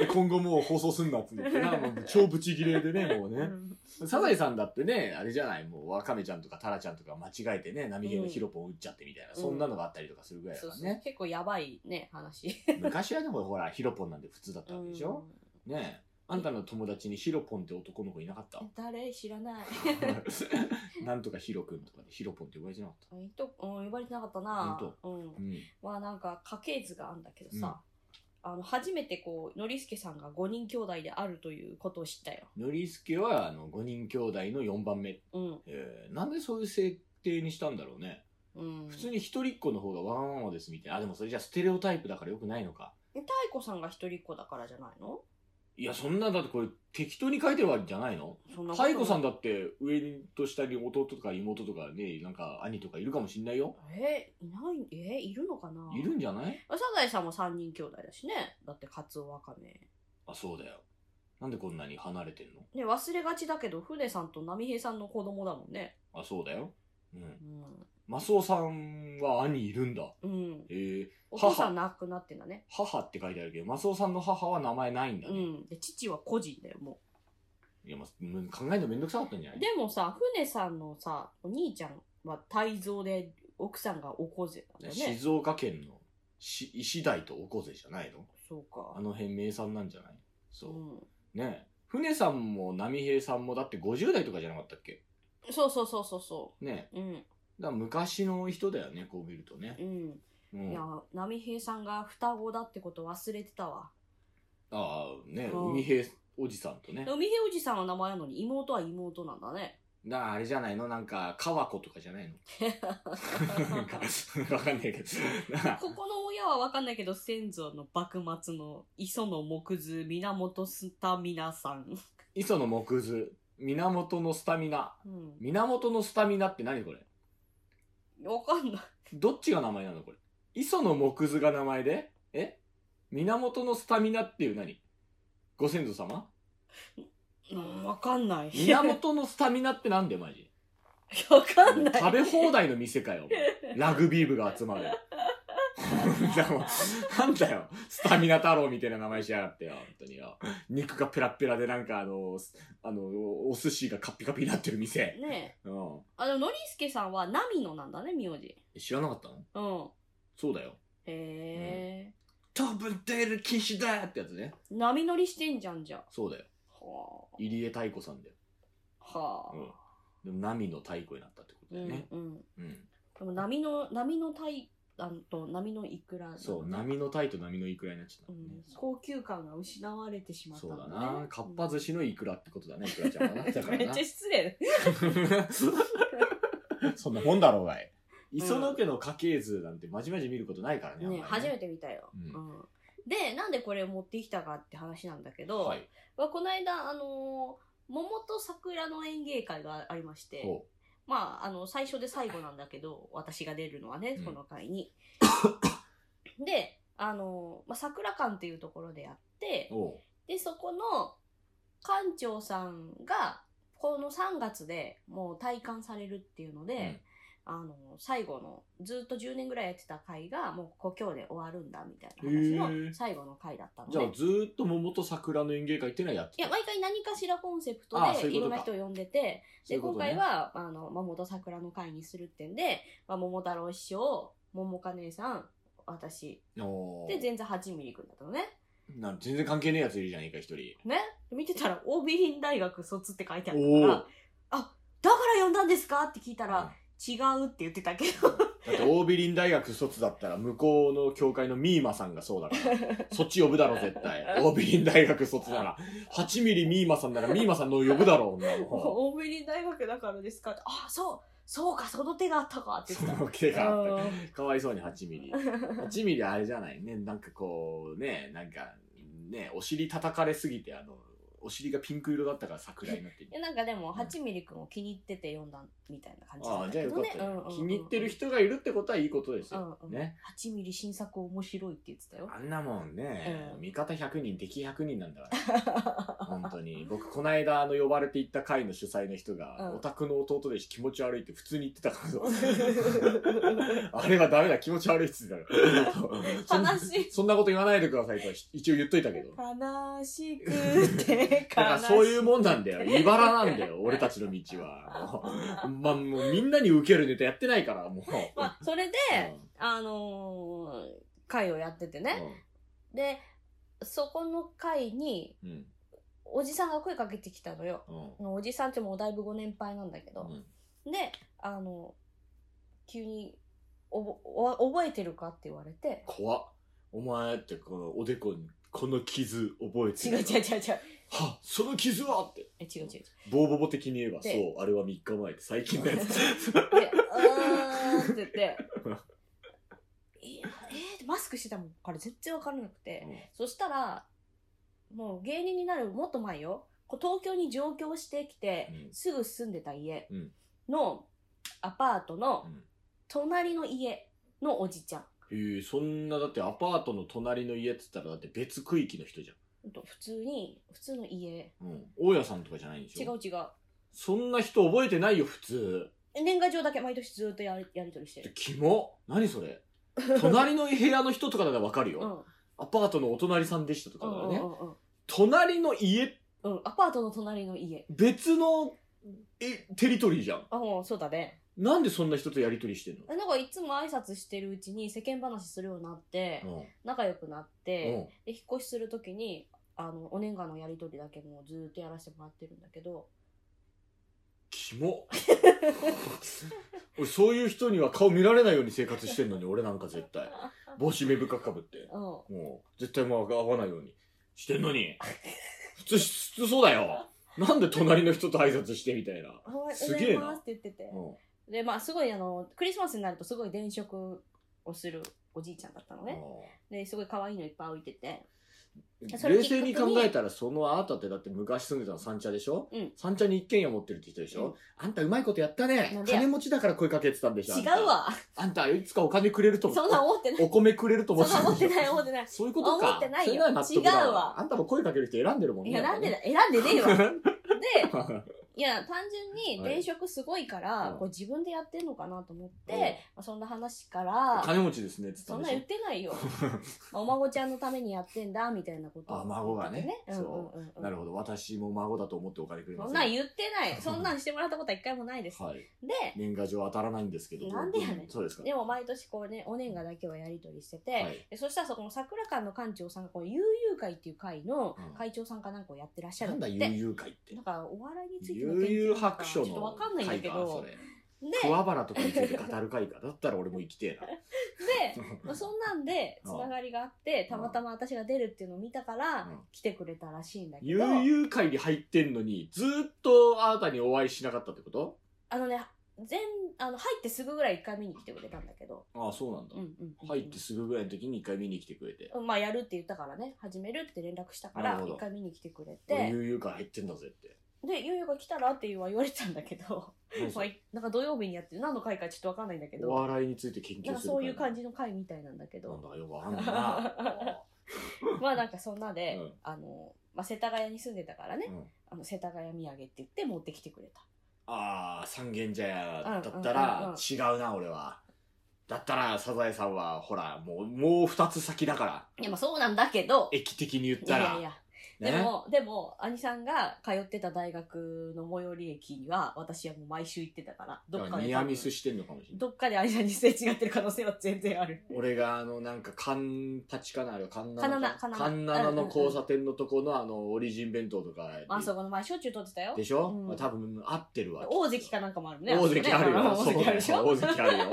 で今後もう放送すんなっつってなもう超ブチギレでねもうね、うんサザエさんだってね、あれじゃない、もうワカメちゃんとかタラちゃんとか間違えてね、波平のヒロポン打っちゃってみたいな、うんそんなのがあったりとかするぐらいだそうかそらうね。結構やばいね、話。昔はでもほら、ヒロポンなんて普通だったわけでしょ、ねえ。あんたの友達にヒロポンって男の子いなかったうん誰知らない。 [LAUGHS] なんとかヒロ君とかでヒロポンって呼ばれてなかっいいと、うん、呼ばれてなかったな。本うんた。う。ん。まあなんか家系図があるんだけどさ、あの初めてこうのりすけさんが5人兄弟であるということを知ったよ。ノリスケは、あの、5人兄弟の4番目。うんえー、なんでそういう設定にしたんだろうね。うん、普通に一人っ子の方がワンワンワですみたいな。あ、でもそれじゃステレオタイプだからよくないのか。太子さんが一人っ子だからじゃないのいや、そんな、だってこれ適当に書いてるわけじゃないのそんな太鼓さんだだって上と下に弟とか妹とかねなんか兄とかいるかもしんないよえいないえいるのかないるんじゃないサザエさんも3人兄弟だしねだってカツオワカメあそうだよなんでこんなに離れてんのね忘れがちだけど船さんと波平さんの子供だもんねあそうだようんうん、マスオさんは兄いるんだうん、えー、お父さん亡くなってんだね母って書いてあるけどマスオさんの母は名前ないんだうね、んで父は個人だよもういや、まあ、うん考えるのめんどくさかったんじゃないでもさ、船さんのさ、お兄ちゃんは泰造で、奥さんがおこぜなんだよね。静岡県のし石鯛とおこぜじゃないのそうあか。の辺名産なんじゃないそうう、ん、ねえ船さんも波平さんもだって50代とかじゃなかったっけそうそうそうそうそねえう。うん。だから昔の人だよね、こう見るとねう。ん。うん、いやあ、波平さんが双子だってこと忘れてたわ。あ、ね、うん海兵おじさんとね。海平おじさんは名前なのに、妹は妹なんだね。なあ、あれじゃないのなんか、川子とかじゃない [LAUGHS] の [LAUGHS] なんか、わかんないけど。なあここの親はわかんないけど、先祖の幕末の磯野木図源スタミナさん。磯の木図、源のスタミナ。うん。源のスタミナって何これわかんない。どっちが名前なのこれ。磯の木図が名前でえ源のスタミナっていう何ご先祖様うんわかんない。いや、源のスタミナってなんでマジ [LAUGHS] わかんない。食べ放題の店かよ。お前ラグビー部が集まる。 [LAUGHS] でもなんだよ。スタミナ太郎みたいな名前しやがってよ。本当によ。肉がペラッペラでなんかあの、すあの、お寿司がカッピカピになってる店。ねえ。うん。あの、のりすけさんは、ナミノなんだね、名字。知らなかったのうん。そうだよ。へえ、多分出る禁止だってやつね。波乗りしてんじゃんじゃん。そうだよ。はあ入江太子さんだよ。はあ。でも波の太鼓になったってこうとだよんね。うん。うんでも波の、波のタイ、あのと波のイクラ。そう、波のタイと波のイクラになっちゃったうもんねん。高級感が失われてしまったそんうねだな。かっぱ寿司のイクラってことだね、イクラちゃんはな。だか [LAUGHS] めらっなちゃ。失礼。 [LAUGHS] そんなもんだろうがい。磯野家の家系図なんてまじまじ見ることないからね、ね。あんまり初めて見たよ、ううんんでなんでこれを持ってきたかって話なんだけど、はい。まあこの間あのー桃と桜の園芸会がありましてほまああの最初で最後なんだけど私が出るのはねうんこの会に、であのー、まあ、桜館っていうところでやってう。おうでそこの館長さんがこの3月でもう退官されるっていうので、あの最後のずっと10年ぐらいやってた回がもうこう今日で終わるんだみたいな話へーの最後の回だったのじで、ゃあいずーっと桃と桜の園芸会っていうのはやってたや毎回何かしらコンセプトあーそうでいいうろんことかな人を呼んでてそういうでこ今とね回はあの桃と桜の会にするってんで、まあ、桃太郎師匠桃か姉さん私おーで全然8ミリくんだったのねなん全然関係ねえやついるじゃねえか、一人。見てたらオービリン大学卒って書いてあるおかおー。らだから呼んだんですかって聞いたうんら、違うって言ってたけ [LAUGHS] ど。だって、オービリン大学卒だったら、向こうの教会のミーマさんがそう [LAUGHS] だから、そっち呼ぶだろ、絶対。オービリン大学卒なら、8ミリミーマさんならミーマさんの呼ぶだろ、女の方。大ーリン大学だからですかって。あ、そう、そうか、その手があったかってそ言っての毛た。がうんかわいそうに8ミリ。8ミリあれじゃないね。なんかこう、ね、なんか、ね、お尻叩かれすぎて、あの、お尻がピンク色だったから桜になってるでなんかでも、8ミリくんを気に入ってて読んだみたいな感じあなあ、んじだゃあけどよかっね。うたんうんようん。気に入ってる人がいるってことはいいことですよ。うんうんね。 8ミリ新作面白いって言ってたよ。あんなもんね、うん味方100人、敵100人なんだか [LAUGHS] ら。本当に。僕、この間、あの、呼ばれて行った会の主催の人が、うんオタクの弟でし気持ち悪いって普通に言ってた [LAUGHS] から、あれはダメだ、気持ち悪いって言ってたから。悲しいそんそんなこと言わないでくださいとは一応言っといたけど。悲しくて、だからそういうもんなんだ悲よ。しくて茨なん [LAUGHS] だよ、俺たちの道は。もうまあ、もうみんなに受けるネタやってないから、もう。まあ、それで、うんあのー、会をやっててね。で、そこの会に、うんうんおじさんが声かけてきたのよ。うんおじさんってもうだいぶご年配なんだけど、であの急におぼお覚えてるかって言われて怖っお前ってこのおでこにこの傷覚えて違う違う違う違うはっその傷はってえ違う違う違うボーボボ的に言えばそでうあれは3日前って最近のやつ [LAUGHS] で「うーん」って言って「いやえー、マスクしてたもんから全然分からなくて、そしたらもう芸人になるもっと前よこう東京に上京してきて、うんすぐ住んでた家うんのアパートのうん隣の家のおじちゃんへえそんなだってアパートの隣の家っつったらだって別区域の人じほんと普通に普通の家ゃん、うん、大家さんとかじゃないんでし違ょう違うそんな人覚えてないよ普通年賀状だけ毎年ずっとやりやり取りしてでる。キモ何そ [LAUGHS] れ隣の部屋の人とかならわかるよ、うん。アパートのお隣さんでしたとうかならんね、うんうん隣の家うん。うん。アパートの隣の家。別のえテリトリーじゃんあ、もうそうだね。なんでそんな人とやりとりしてんのなんかいつも挨拶してるうちに世間話するようになって、仲良くなって、で、引っ越しするときに、あの、お年賀のやり取りだけもうずーっとやらせてもらってるんだけど、キモ [LAUGHS] 俺そういう人には顔見られないように生活してんのに俺なんか絶対帽子目深くかぶってうん。もう絶対もう合わないようにしてんのに普通普通そうだよなんで隣の人と挨拶してみたいなおはようすござげえいなますって言っててう。んで、まあすごいあの、クリスマスになるとすごい電飾をするおじいちゃんだったのね。で、すごい可愛いのいっぱい置いてて。うんそれ冷静に考えたらそのあなたってだって昔住んでたの三茶でしょ、うん三茶に一軒家持ってるって人でしょ、あんたうまいことやったねなんでや金持ちだから声かけてたんでしょあ違んたうわ。あんたいつかお金くれると思そんな思ってない。お米くれると思そってんな思ってたない思ってない。そういうことか。思ってないよそれなら納得だ違うわあんたも声かける人選んでるもんね。選んでな。ないい、選んでねえわ。で、はいや、単純にはい電飾すごいから、うんこう自分でやってんのかなと思って、うんまあ、そんな話かい、ら、 [LAUGHS] 金持ちですね、つったそんんなでし言ょっ。てない [LAUGHS] よ。まあお孫ちゃんのためにやってんだ、みたいなことをあ孫がね言ってそうんうんうん、なるほど。ど。私も孫だと思ってお金くれますそんよ。なん言ってない。そんなんしてもらったことは一回もないです。はい。で、年賀状当たらないんですけど。なんでやねんそうですか。でも毎年こうね、お年賀だけはやり取りしてて、はいでそしたらそこの桜館の館長さんがこう、悠々会っていう会の会長さんかなんかをやってらっしゃなるんんだだ、って。悠々会ってなん。かお笑いについて悠悠々白書ちょっとのわかんないんだけ回かどそれで桑原とかについて語る回かだったら俺も生きてでえな [LAUGHS] まあそんなんでつながりがあってたまたま私が出るっていうのを見たからうん来てくれたらしいんだけ悠ど々会に入ってんのにずーっとあなたにお会いしなかったってことあのね全あの入ってすぐぐらい一回見に来てくれたんだけどああそうなんだうんうんうん入ってすぐぐらいの時に一回見に来てくれてうんまあやるって言ったからね始めるって連絡したかならるほど一回見に来てくれ俺て悠々会入ってんだぜ [LAUGHS] ってでゆうゆうが来たらっては言われてたんだけど [LAUGHS] 何そまあれいなんか土曜日にやってる何の回かちょっとわかんないんだけおど笑いについて研究するなんか会そういう感じの回みたいなんだけどなんだよくわかんない [LAUGHS] なまあなんかそんなで、うんあの、まあ、世田谷に住んでたからね、うんあの世田谷土産って言って持ってきてくれた。ああ三軒茶屋だったうんうんうんら違うな俺はだったらサザエさんはほらもうもう二つ先だからいやまあそうなんだけど、駅的に言っいたらやいや、でも、でも、兄さんが通ってた大学の最寄り駅には、私はもう毎週行ってたから、どっかで多分。ニアミスしてんのかもしれないどっかで兄さんにすれ違ってる可能性は全然ある。俺があのなんかカンパチかなあれはカンナナカンナナカンナナの交差点のとこのあのオリジン弁当とかまあ、あそこの前、しょっちゅう撮ってたよ。でしょ、うん多分合ってるわ大関かなんかもあるもんね。大関あるよ。あそこね [LAUGHS] 大関あるでしそうょ大関あるよ。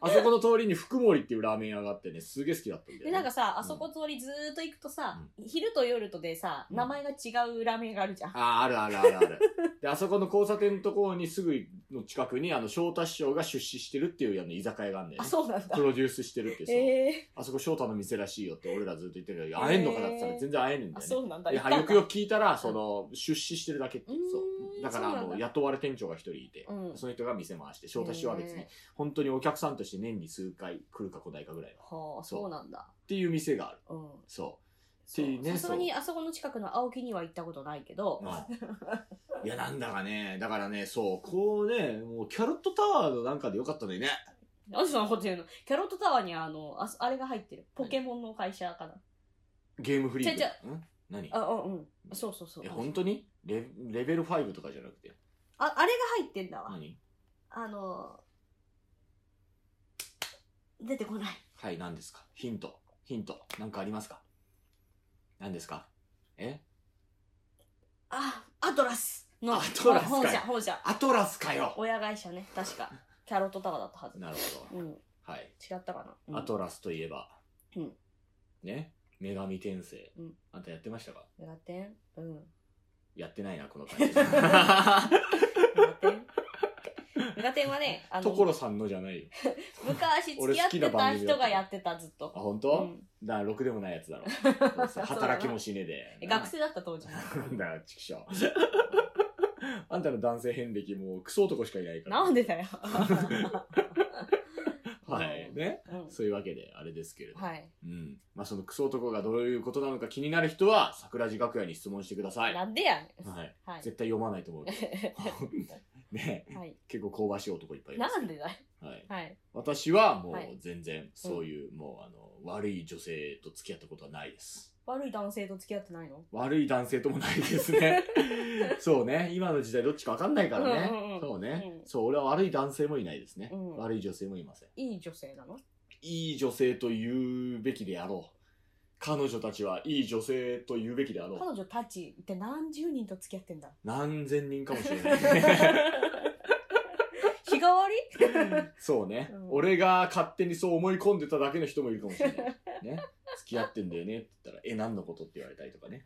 あそこの通りに福森っていうラーメン屋があってね、すげえ好きだったんだ [LAUGHS] よ、で、ね。なんかさ、あそこ通りずーっと行くとさ、昼と夜とでさ、うん名前が違うラーメンがあるじゃん。あー、あるあるあるある。で、あそこの交差点のところにすぐの近くに、あの、翔太師匠が出資してるっていうあの居酒屋があるんだよあ、ね。そうなんだプ。ロデュースしてるってそう、ええあそこ翔太の店らしいよって俺らずっと言ってるけど、会えんのかなって言ったら全然会えねえんだあ、よね。そうなんだ。い行ったんやだよくよく聞いたら、その、出資してるだけって、うーんそう。だから、そうあなんだの、雇われ店長が一人いて、うんその人が店回して、翔太師匠は別にへー、本当にお客さんとして年に数回来るか来ないかぐらいの。っはあ、そうなんだ。ていう店がある。うん。そそいううねさすがにあそこの近くの青木には行ったことないけどう。、うんいや、なんだかね、だからね、そう、こうね、もうキャロットタワーのなんかでよかったのにね。なんでそんなこと言うのキャロットタワーにあの、ああれが入ってる。ポケモンの会社かな。ゲームフリーク。ちょちん何あ、うんうん。そうそうそうえ、。本当にレレベル5とかじゃなくて。あ、あれが入ってんだわ。何あの、出てこない。はい、何ですかヒント。ヒント。なんかありますか何ですかえあ、アトラスのアトラスか本社、本社。アトラスかよ親会社ね、確か。キャロットタワーだったはず。なるほうん。違ど。はい。ったかな。うんアトラスといえば、うんね女神転生、うんあんたやってましたかメガテンうん。やってないな、この感 [LAUGHS] メじ。ガテンメガテンはね、あの、 [LAUGHS] 所さんのじゃないよ。昔付き合ってた人がやってたずっとあ、、本う当？んだからろくでもないやつ [LAUGHS] だろ。どうせ働きもしねえで。え学生だった当時 [LAUGHS] なんだよ、ちくしょう。 [LAUGHS] あんたの男性遍歴もクソ男しかいないから。なんでだよ、 [LAUGHS] はい。ね。うんそういうわけで、あれですけれども。はい、うん。まあ、そのクソ男がどういうことなのか気になる人は、桜地楽屋に質問してください。はなんでやねんい。はい絶対読まないと思うけど。 [LAUGHS] ね [LAUGHS] はい結構香ばしい男いっぱいいますな。んでだよはい。はい私はもうはい全然、そういう、もうあの、悪い女性と付き合ったことはないです。悪い男性と付き合ってないの悪い男性ともないです [LAUGHS] ね。そうね。今の時代どっちかわかんないからね。うんうんうんそうね、うんそう、俺は悪い男性もいないですね、うん悪い女性もいません。いい女性なのいい女性と言うべきであろう。彼女たちはいい女性と言うべきであろう。彼女たちって何十人と付き合って [LAUGHS] んだ何千人かもし [LAUGHS] れない。日替わりそうね、うん俺が勝手にそう思い込んでただけの人もいるかもしれない。ね。付き合ってんだよねって言ったら、え、何のことって言われたりとかね。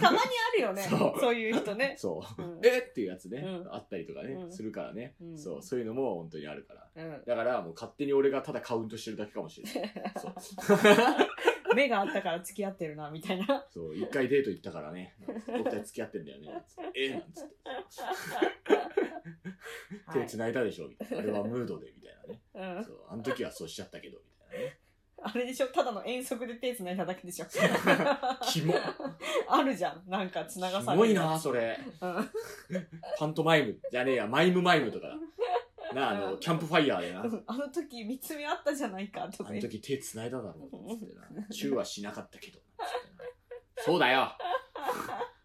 たまにあるよねそそうういう人ね、 [LAUGHS] そう。うんえっていうやつね、うんあったりとかね、うんするからね、うんそう、そういうのも本当にあるから。うん、だからもう勝手に俺がただカウントしてるだけかもしれない。 [LAUGHS] そう。目があったから付き合ってるなみたいなそう、一回デート行ったからね、僕たち付き合ってん [LAUGHS] だよね。なんつってえなんつって。手繋いだでしょみたい [LAUGHS] な。あれはムードで、みたいはなね。いうんそう、あの時はそうしちゃったけど、みた [LAUGHS] いなね。あれでしょただの遠足で手繋いだだけで [LAUGHS] しょキモあるじゃんなんか繋がさキれモるいな、それ。うんパントマイムじゃねえや、マイムマイムとかだ。なあ、あの、キャンプファイヤーでな。ああの時見つめあったじゃないかとかの言って時手繋いだだろ、[LAUGHS] つってな。チューはしなかったけど。なんつってなそうだよ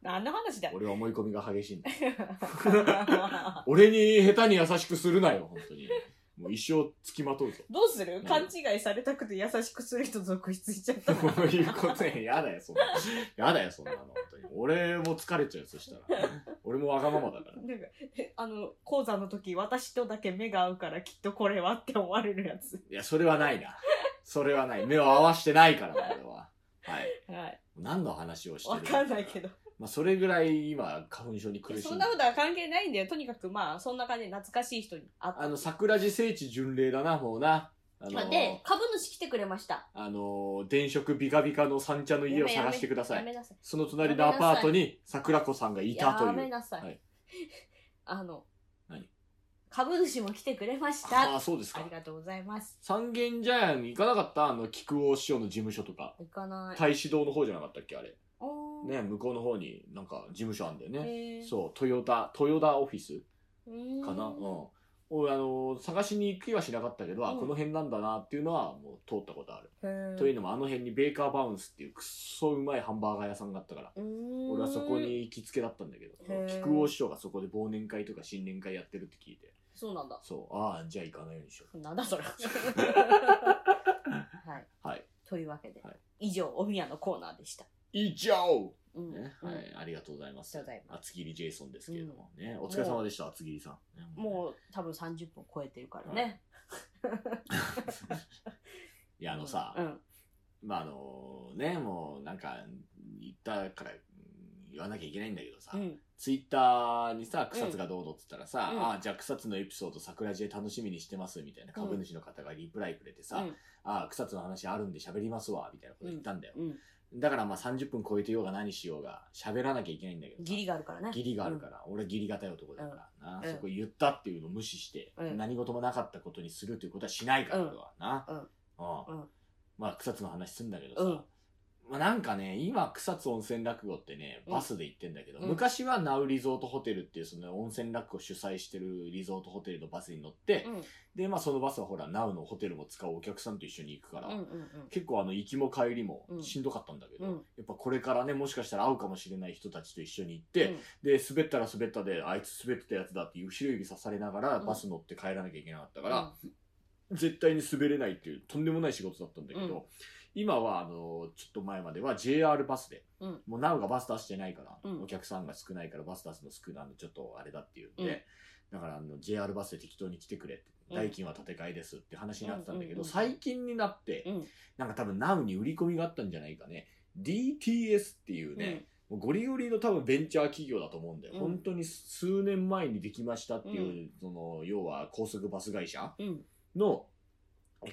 何の話だよ俺は思い込みが激しいんだ。 [LAUGHS] ど俺に下手に優しくするなよ、本当に。もう一生付きまとうぞ。うする勘違いされたくて優しくする人続出しちゃったそういうことや、やだよ、そんなの。やだよ、そんなの、本当に。俺も疲れちゃう、そしたら。俺もわがままだから。なんか、えあの、講座の時、私とだけ目が合うからきっとこれはって思われるやつ。いや、それはないな。それはない。目を合わしてないからな、俺は。はい。はい。何の話をしてわるかんないけど。ど。まあ、それぐらい今、花粉症に苦しそんんでなるこ。とは関係ないんだよ。とにかくまあ、そんな感じで懐かしい人に会った。あの、桜地聖地巡礼だな、もうな。あの、で、株主来てくれました。あの、電飾ビカビカの三茶の家を探してくださやい。めなさい。その隣のアパートに桜子さんがいたとやいめう。なさい。はい [LAUGHS] あの何、株主も来てくれましあた。あ、そうですあかり。がとうございます。三軒茶屋に行かなかったあの、菊王師匠の事務所とか。行かない。大使堂の方じゃなかったっけあれ。おーね、向こうの方になんか事務所あんだよへね。ーそう、トヨタ、トヨタオフィスうーんかな。うん。俺、あのー探しに行く気はしなかったけど、あ、うんこの辺なんだなっていうのは、もう通ったことある。へーというのも、あの辺にベーカーバウンスっていうくっそうまいハンバーガー屋さんがあったから、うーん俺はそこに行きつけだったんだけどへ、ー菊王師匠がそこで忘年会とか新年会やってるって聞いて、そうなんだ。そう、ああ、じゃあ行かないようにしよなんだそ [LAUGHS] れ。はい。う。はい。というわけで、はい以上、おみやのコーナーでした。以上うん。ね、うんはい、ありがとうございます。ありがとうございます厚切りジェイソンですけれどもね、お疲れ様でした、厚切りさん。ねもう多分30分超えてるからね。いや、あのさ、うん。まああのね、もうなんか言ったからうん言わなきゃいけないんだけどさ、うん。ツイッターにさ、草津がどうのって言ったらさ、うんああ、じゃあ草津のエピソード桜地で楽しみにしてますみたいな株主の方がリプライくれてさ、うんああ、草津の話あるんで喋りますわ、みたいなこと言ったんだよ。うん。だからまあ30分超えてようが何しようが喋らなきゃいけないんだけどさ義理があるから [LAUGHS] ね。義理があるから、俺義理がたい男だからな、うんそこ言ったっていうのを無視して、うん何事もなかったことにするということはしないから、うん俺はな、うんうんうんまあ草津の話すんだけどさ、うんまあ、なんかね今草津温泉落語ってねバスで行ってんだけど、うん昔はナウリゾートホテルっていうその温泉落語主催してるリゾートホテルのバスに乗って、うん。でまあそのバスはほらナウのホテルも使うお客さんと一緒に行くから、うんうん結構あの行きも帰りもうんしんどかったんだけど、うん。やっぱこれからねもしかしたら会うかもしれない人たちと一緒に行っうて、ん。で、滑ったら滑ったで、あいつ滑ってたやつだって後ろ指さされながらうんバス乗って帰らなきゃいけなかったから、絶対に滑れないっていうとんでもない仕事だったんだけど、うん今はあの、ちょっと前までは JR バスで、うんもうなおがバス出してないから、うんお客さんが少ないからバス出すの少ないのちょっとあれだっていうんで、うんだからあの JR バスで適当に来てくれって、うん代金は建て替えですって話になってたんだけうんうんど、うん最近になって、うんなんか多分ナウに売り込みがあったんじゃないかね、DTS っていうね、もうゴリゴリの多分ベンチャー企業だと思うんだよ、うん本当に数年前にできましたっていう、その要は高速バス会社うん。うん。の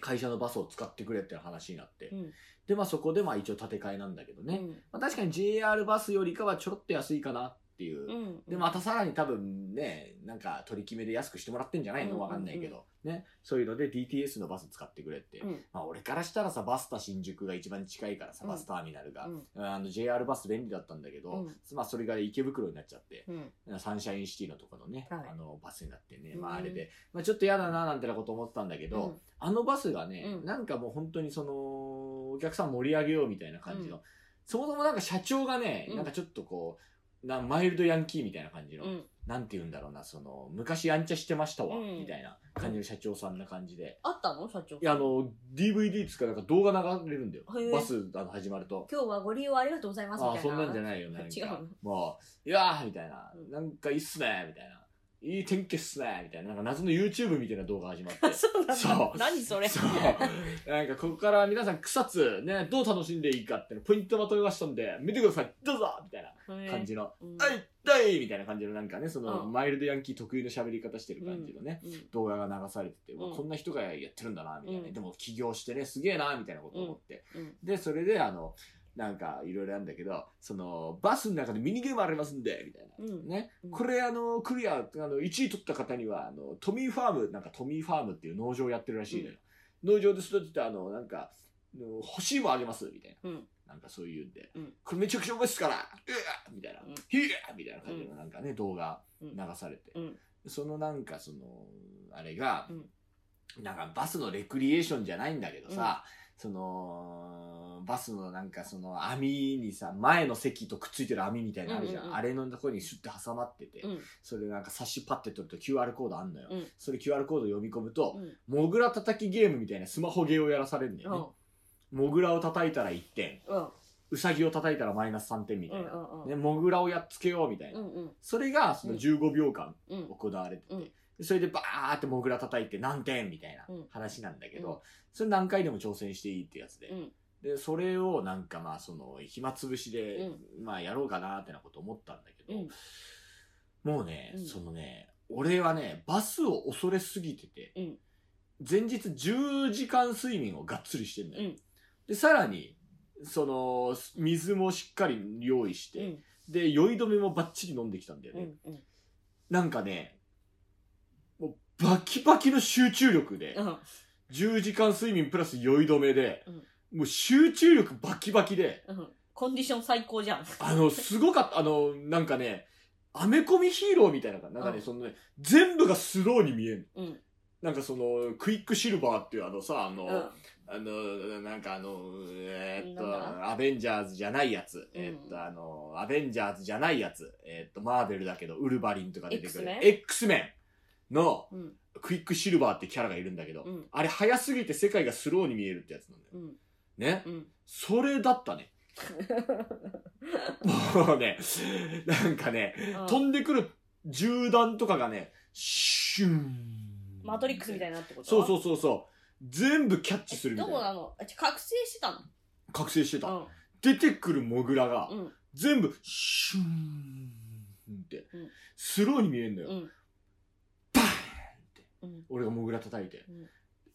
会社のバスを使ってくれっていう話になって、うんでまあそこでまあ一応建て替えなんだけどうね、ん。まあ、確かに JR バスよりかはちょろっと安いかなっていう、うん。でまたさらに多分ねなんか取り決めで安くしてもらってんじゃないのわかんないけど、ねそういうので DTS のバス使ってくれって、うんまあ、俺からしたらさバスタ新宿が一番近いからさ、うんバスターミナルが、うんあの JR バス便利だったんだけど、まあ、それが池袋になっちゃって、うん。サンシャインシティのところのね、はいあのバスになってね、うんまあ、あれで、まあ、ちょっと嫌だななんてなこと思ってたんだけど、うんあのバスがね、うんなんかもう本当にそのお客さん盛り上げようみたいな感じの、うそもそもなんか社長がね、うんなんかちょっとこうなマイルドヤンキーみたいな感じの、うん。なんて言うんだろうなその昔やんちゃしてましたわ、うんみたいな感じの社長さんな感じで、あったの社長。いやあの DVD つうかなんか動画流れるんだよへえバスあの始まると。今日はご利用ありがとうございますみたあいな。あそんなんじ [LAUGHS] ゃないよなんか違うのもう「いやー」みたいなう「んなんかいいっすね」みたいな「いい天気っすね」みたいななんか謎の YouTube みたいな動画始まっ [LAUGHS] てそうなんだ。そう何それ。そうなんかここから皆さん草津ねどう楽しんでいいかっていうのポイントまとめましたんで見てくださいどうぞみたいなへー感じのう「んあいだい!」みたいな感じのなんかねそのうんマイルドヤンキー特有の喋り方してる感じのねうん動画が流されてて、うわうんこんな人がやってるんだなみたいな、うんでも起業してねすげえなみたいなことを思って、うんでそれであのなんかいろいろなんだけどそのバスの中でミニゲームありますんでみたいな。うん。ね、うんこれあのクリアあの1位取った方にはあのトミーファームなんかトミーファームっていう農場をやってるらしいのよ、農場で育てたあのなんかあの欲しいもんあげますみたいな、うんなんかそういうんで、うんこれめちゃくちゃうまいっすからうわっみたいな、うんひえみたいな感じのなんかね、動画うん流されて、うんそのなんかそのあれが、うんなんかバスのレクリエーションじゃないんだけどさ、そのバスのなんかその網にさ前の席とくっついてる網みたいなのあるじうゃん,、んうんうんあれのとこにシュッて挟まってて、うんそれなんか冊子パッて取ると QR コードあんのよ、うんそれ QR コード読み込むと、うんモグラ叩きゲームみたいなスマホゲーをやらされるんだうんよね、モグラを叩いたら1点うんうさぎを叩いたらマイナス3点みうたいんな。うんうんね、モグラをやっつけようみたいな。うんうんそれが、その15秒間うん行われてて、うんでそれでバーってモグラ叩いて何点みたいなうん話なんだけうんど、それ何回でも挑戦していいってやつで。うんで、それをなんかまあ、その、暇つぶしで、うまあ、やろうかなってなこと思ったんだけど、うんもうね、うんそのね、俺はね、バスを恐れすぎてて、うん前日10時間睡眠をがっつりしてんだよ。うんで、さらに、その、水もしっかり用意しうて、んで、酔い止めもバッチリ飲んできたんだようね。んうんなんかね、もうバキバキの集中力で、うん10時間睡眠プラス酔い止めで、もう集中力バキバキで、うんコンディション最高じゃんあ [LAUGHS] の、すごかった、あの、なんかね、アメコミヒーローみたいな感じ、なんかね、うんそのね、全部がスローに見える。うんなんかその、クイックシルバーっていうあのさ、あの、うんあの、なんかあの、えーっなんと、アベンジャーズじゃないやつ。えーっうんと、あの、アベンジャーズじゃないやつ。えーっと、マーベルだけど、ウルバリンとか出てくる X-Men。 X メンのうんクイックシルバーってキャラがいるんだけど、うんあれ早すぎて世界がスローに見えるってやつなんだよ。うんね。うんそれだっ [LAUGHS] たね。もうね、なんかね、飛んでくる銃弾とかがね、シューン。マトリックスみたいになってことそううそうそうそう。全部キャッチするみどたいこな。なのあちょ覚醒してたの覚醒してた。うん出てくるモグラが、うん全部、シューンってうん、スローに見えるんだよ。うんバーンうん俺がモグラ叩いてうん。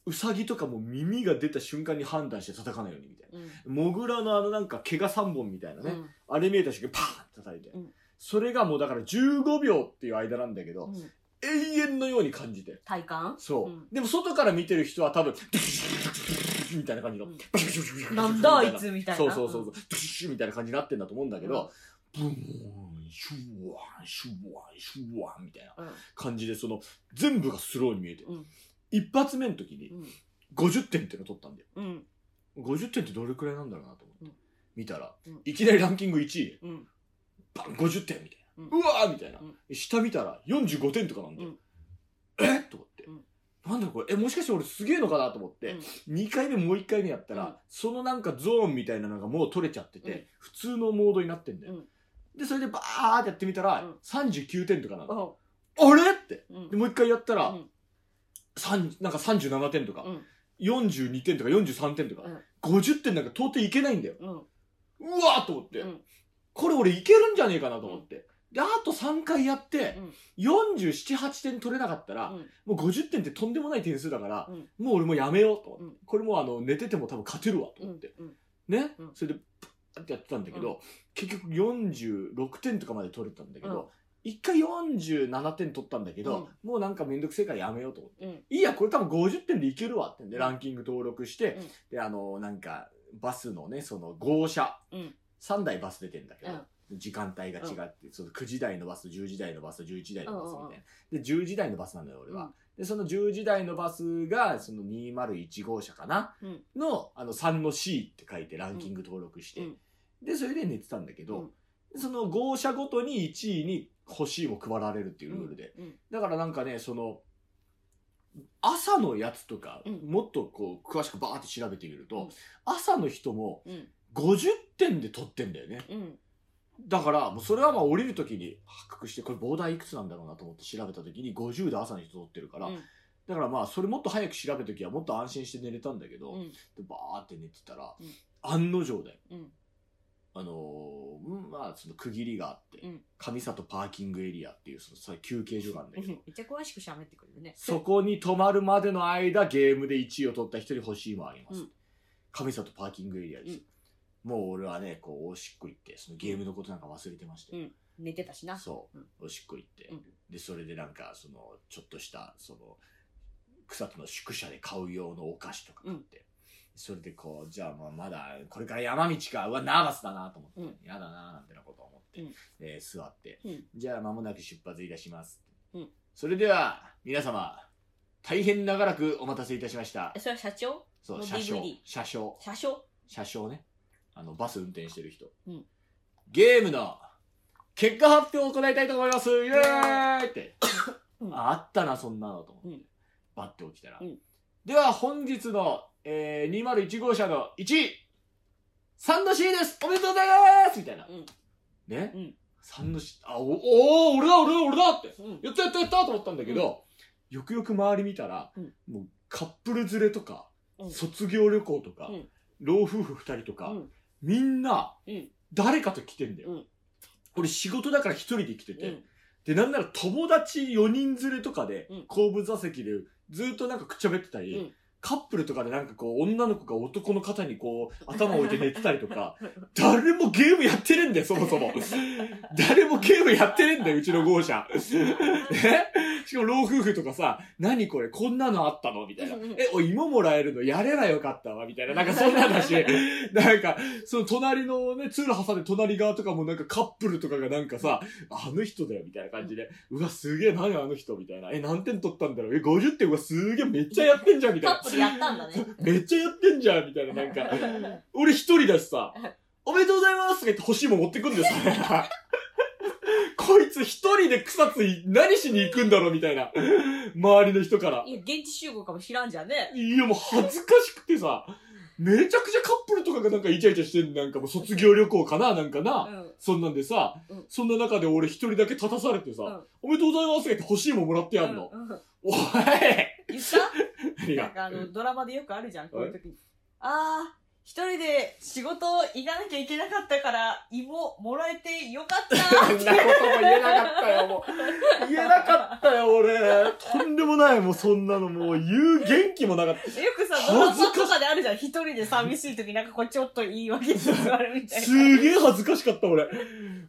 ウサギとかも耳が出た瞬間に判断して叩かないようにみたいな。うんモグラのあのなんか毛が3本みたいなうね。んあれ見えた瞬間パーンって叩いて。うんそれがもうだから15秒っていう間なんだけど、うん永遠のように感じて。体感そうう。んでも外から見てる人は多分、みたいな感じの。うんなんだあいつみそうそうそうそう、プシュッみたいな感じになってんだと思うんだけど、ブーン、シュワン、シュワン、シュワンみたいなうん感じで、その、全部がスローに見えて、うん一発目の時にうん50点っていうの取ったんだよ。うん50点ってどれくらいなんだろうなと思って、うん見たら、うんいきなりランキング1位、うんバン、50点みたいな。ううわーみたいな、うん下見たら45点とかなんだよ。うんえっと思って。うんなんだろうこれえ、もしかして俺すげえのかなと思って、2回目もう1回目やったら、うんそのなんかゾーンみたいなのがもう取れちゃってて、うん普通のモードになってんだよ、うんでそれでバーってやってみたら、うん39点とかなの、うあれってんでもう1回やったら、うん三なんか37点とか、うん42点とか43点とか、50点なんか到底いけないんだようんうわーと思って、うんこれ俺いけるんじゃねえかなと思って、であと3回やって、478点取れなかったら、うんもう50点ってとんでもない点数だから、うんもう俺もやめようと思って、うんこれもうあの寝てても多分勝てるわとう思っんて、うんね、うんそれでプッってやってたんだけど、結局46点とかまで取れたんだけど、一回47点取ったんだけど、もうなんかめんどくせえからやめようと思って。うんいいや、これ多分50点でいけるわってんで、うんランキング登録して、うんで、あの、なんか、バスのね、その号車、うん3台バス出てんだけど、時間帯が違って、その9時台のバス、10時台のバス、11時台のバスみたいな。で、10時台のバスなのよ、俺は。うんで、その10時台のバスが、その201号車かな、うんの、あの、3の C って書いてランキング登録して、うんで、それで寝てたんだけど、その号車ごとに1位に欲しいも配られるっていうルールで、うんだからなんかね、その、朝のやつとか、うんもっとこう、詳しくバーって調べてみると、うん朝の人もうん50点で取ってんだよね。うんだから、もうそれはまあ降りるときに発覚して、これ膨大いくつなんだろうなと思って調べたときに50で朝の人取ってるから、うんだからまあそれもっと早く調べときはもっと安心して寝れたんだけど、うんでバーって寝てたら、うん案の定だよ。うんあのーうんまあその区切りがあって、うん上里パーキングエリアっていうそのその休憩所があるんだめけど、っちゃ詳しく喋ってくれるね [LAUGHS] そこに泊まるまでの間、ゲームで1位を取った人に欲しいもあります。うん神里パーキングエリアです。もう俺はね、こう、おしっこ行って、そのゲームのことなんか忘れてまして。うん寝てたしなそう、うんおしっこ行って、うんで、それでなんか、その、ちょっとした、その、草津の宿舎で買う用のお菓子とか買って、それでこう、じゃあまあまだ、これから山道か、うわ、ナーバスだなと思って、うんやだなーなんてなこと思って、うんえー座って、うんじゃあ間もなく出発いたします。うんそれでは、皆様、大変長らくお待たせいたしましたえ。それは社長そう、もう車掌 DVD、車掌、車掌車掌ね。あの、バス運転してる人。うんゲームの結果発表を行いたいと思いますイエーイって。うんああったな、そんなのと思って。うんバッて起きたら。うんでは、本日の、えー、201号車の1位、 3の C ですおめでとうございますみたいな。うんね、うん三 ?3 の C、あ、お、おー、俺だ、俺だ、俺だって。うん。やったやったやったと思ったんだけど、よくよく周り見たら、うんもうカップル連れとか、うん卒業旅行とか、うん老夫婦二人とか、うんみんな、うん誰かと来てんだよ。うん俺仕事だから一人で来てて、うん。で、なんなら友達4人連れとかで、うん後部座席でずっとなんかくっちゃべってたり、うんカップルとかでなんかこう、女の子が男の肩に [LAUGHS] こう、頭を置いて寝てたりとか、誰もゲームやってねえんだよ、そも [LAUGHS] そも。誰もゲームやってねえんだよ、うちの豪車。えしかも老夫婦とかさ、何これ、こんなのあったのみたいなうんうん。 [LAUGHS] え、お、芋もらえるのやればよかったわ、みたいな。なんかそんなんだし、なんか、その隣のね、通路挟んで隣側とかもなんかカップルとかがなんかさ、あの人だよ、みたいな感じで。うわ、すげえ、何あの人、みたいな。え、何点取ったんだろうえ、50点、うわ、すげえ、めっちゃやってんじゃん、みたいカなッ。プルやったんだね。めっちゃやってんじゃんみたいな、なんか、俺一人だしさ、おめでとうございますとか言って欲しいもん持ってくんですよ、 [LAUGHS] こいつ一人で草津い何しに行くんだろうみたいな、周りの人から。いや、現地集合かもしらんじゃんね。いや、もう恥ずかしくてさ、めちゃくちゃカップルとかがなんかイチャイチャしてんなんかもう卒業旅行かななんかな。うん。そんなんでさ、うんそんな中で俺一人だけ立たされてさ、うんおめでとうございますとか言って欲しいもんもらってやんの。うんうんおい言った何なんがかあの、ドラマでよくあるじゃん、こういう時に。あー。一人で仕事行かなきゃいけなかったから、芋もらえてよか [LAUGHS] ったそんなことも言えなかったよ、もう。言えなかったよ、俺。とんでもない、もうそんなの、もう言う元気もなかった。よくさ、ドラ恥ずマかしいとかであるじゃん。一人で寂しい時なんかこうちょっと言い訳して座るみたいすな。げえ恥ずかしかった、俺。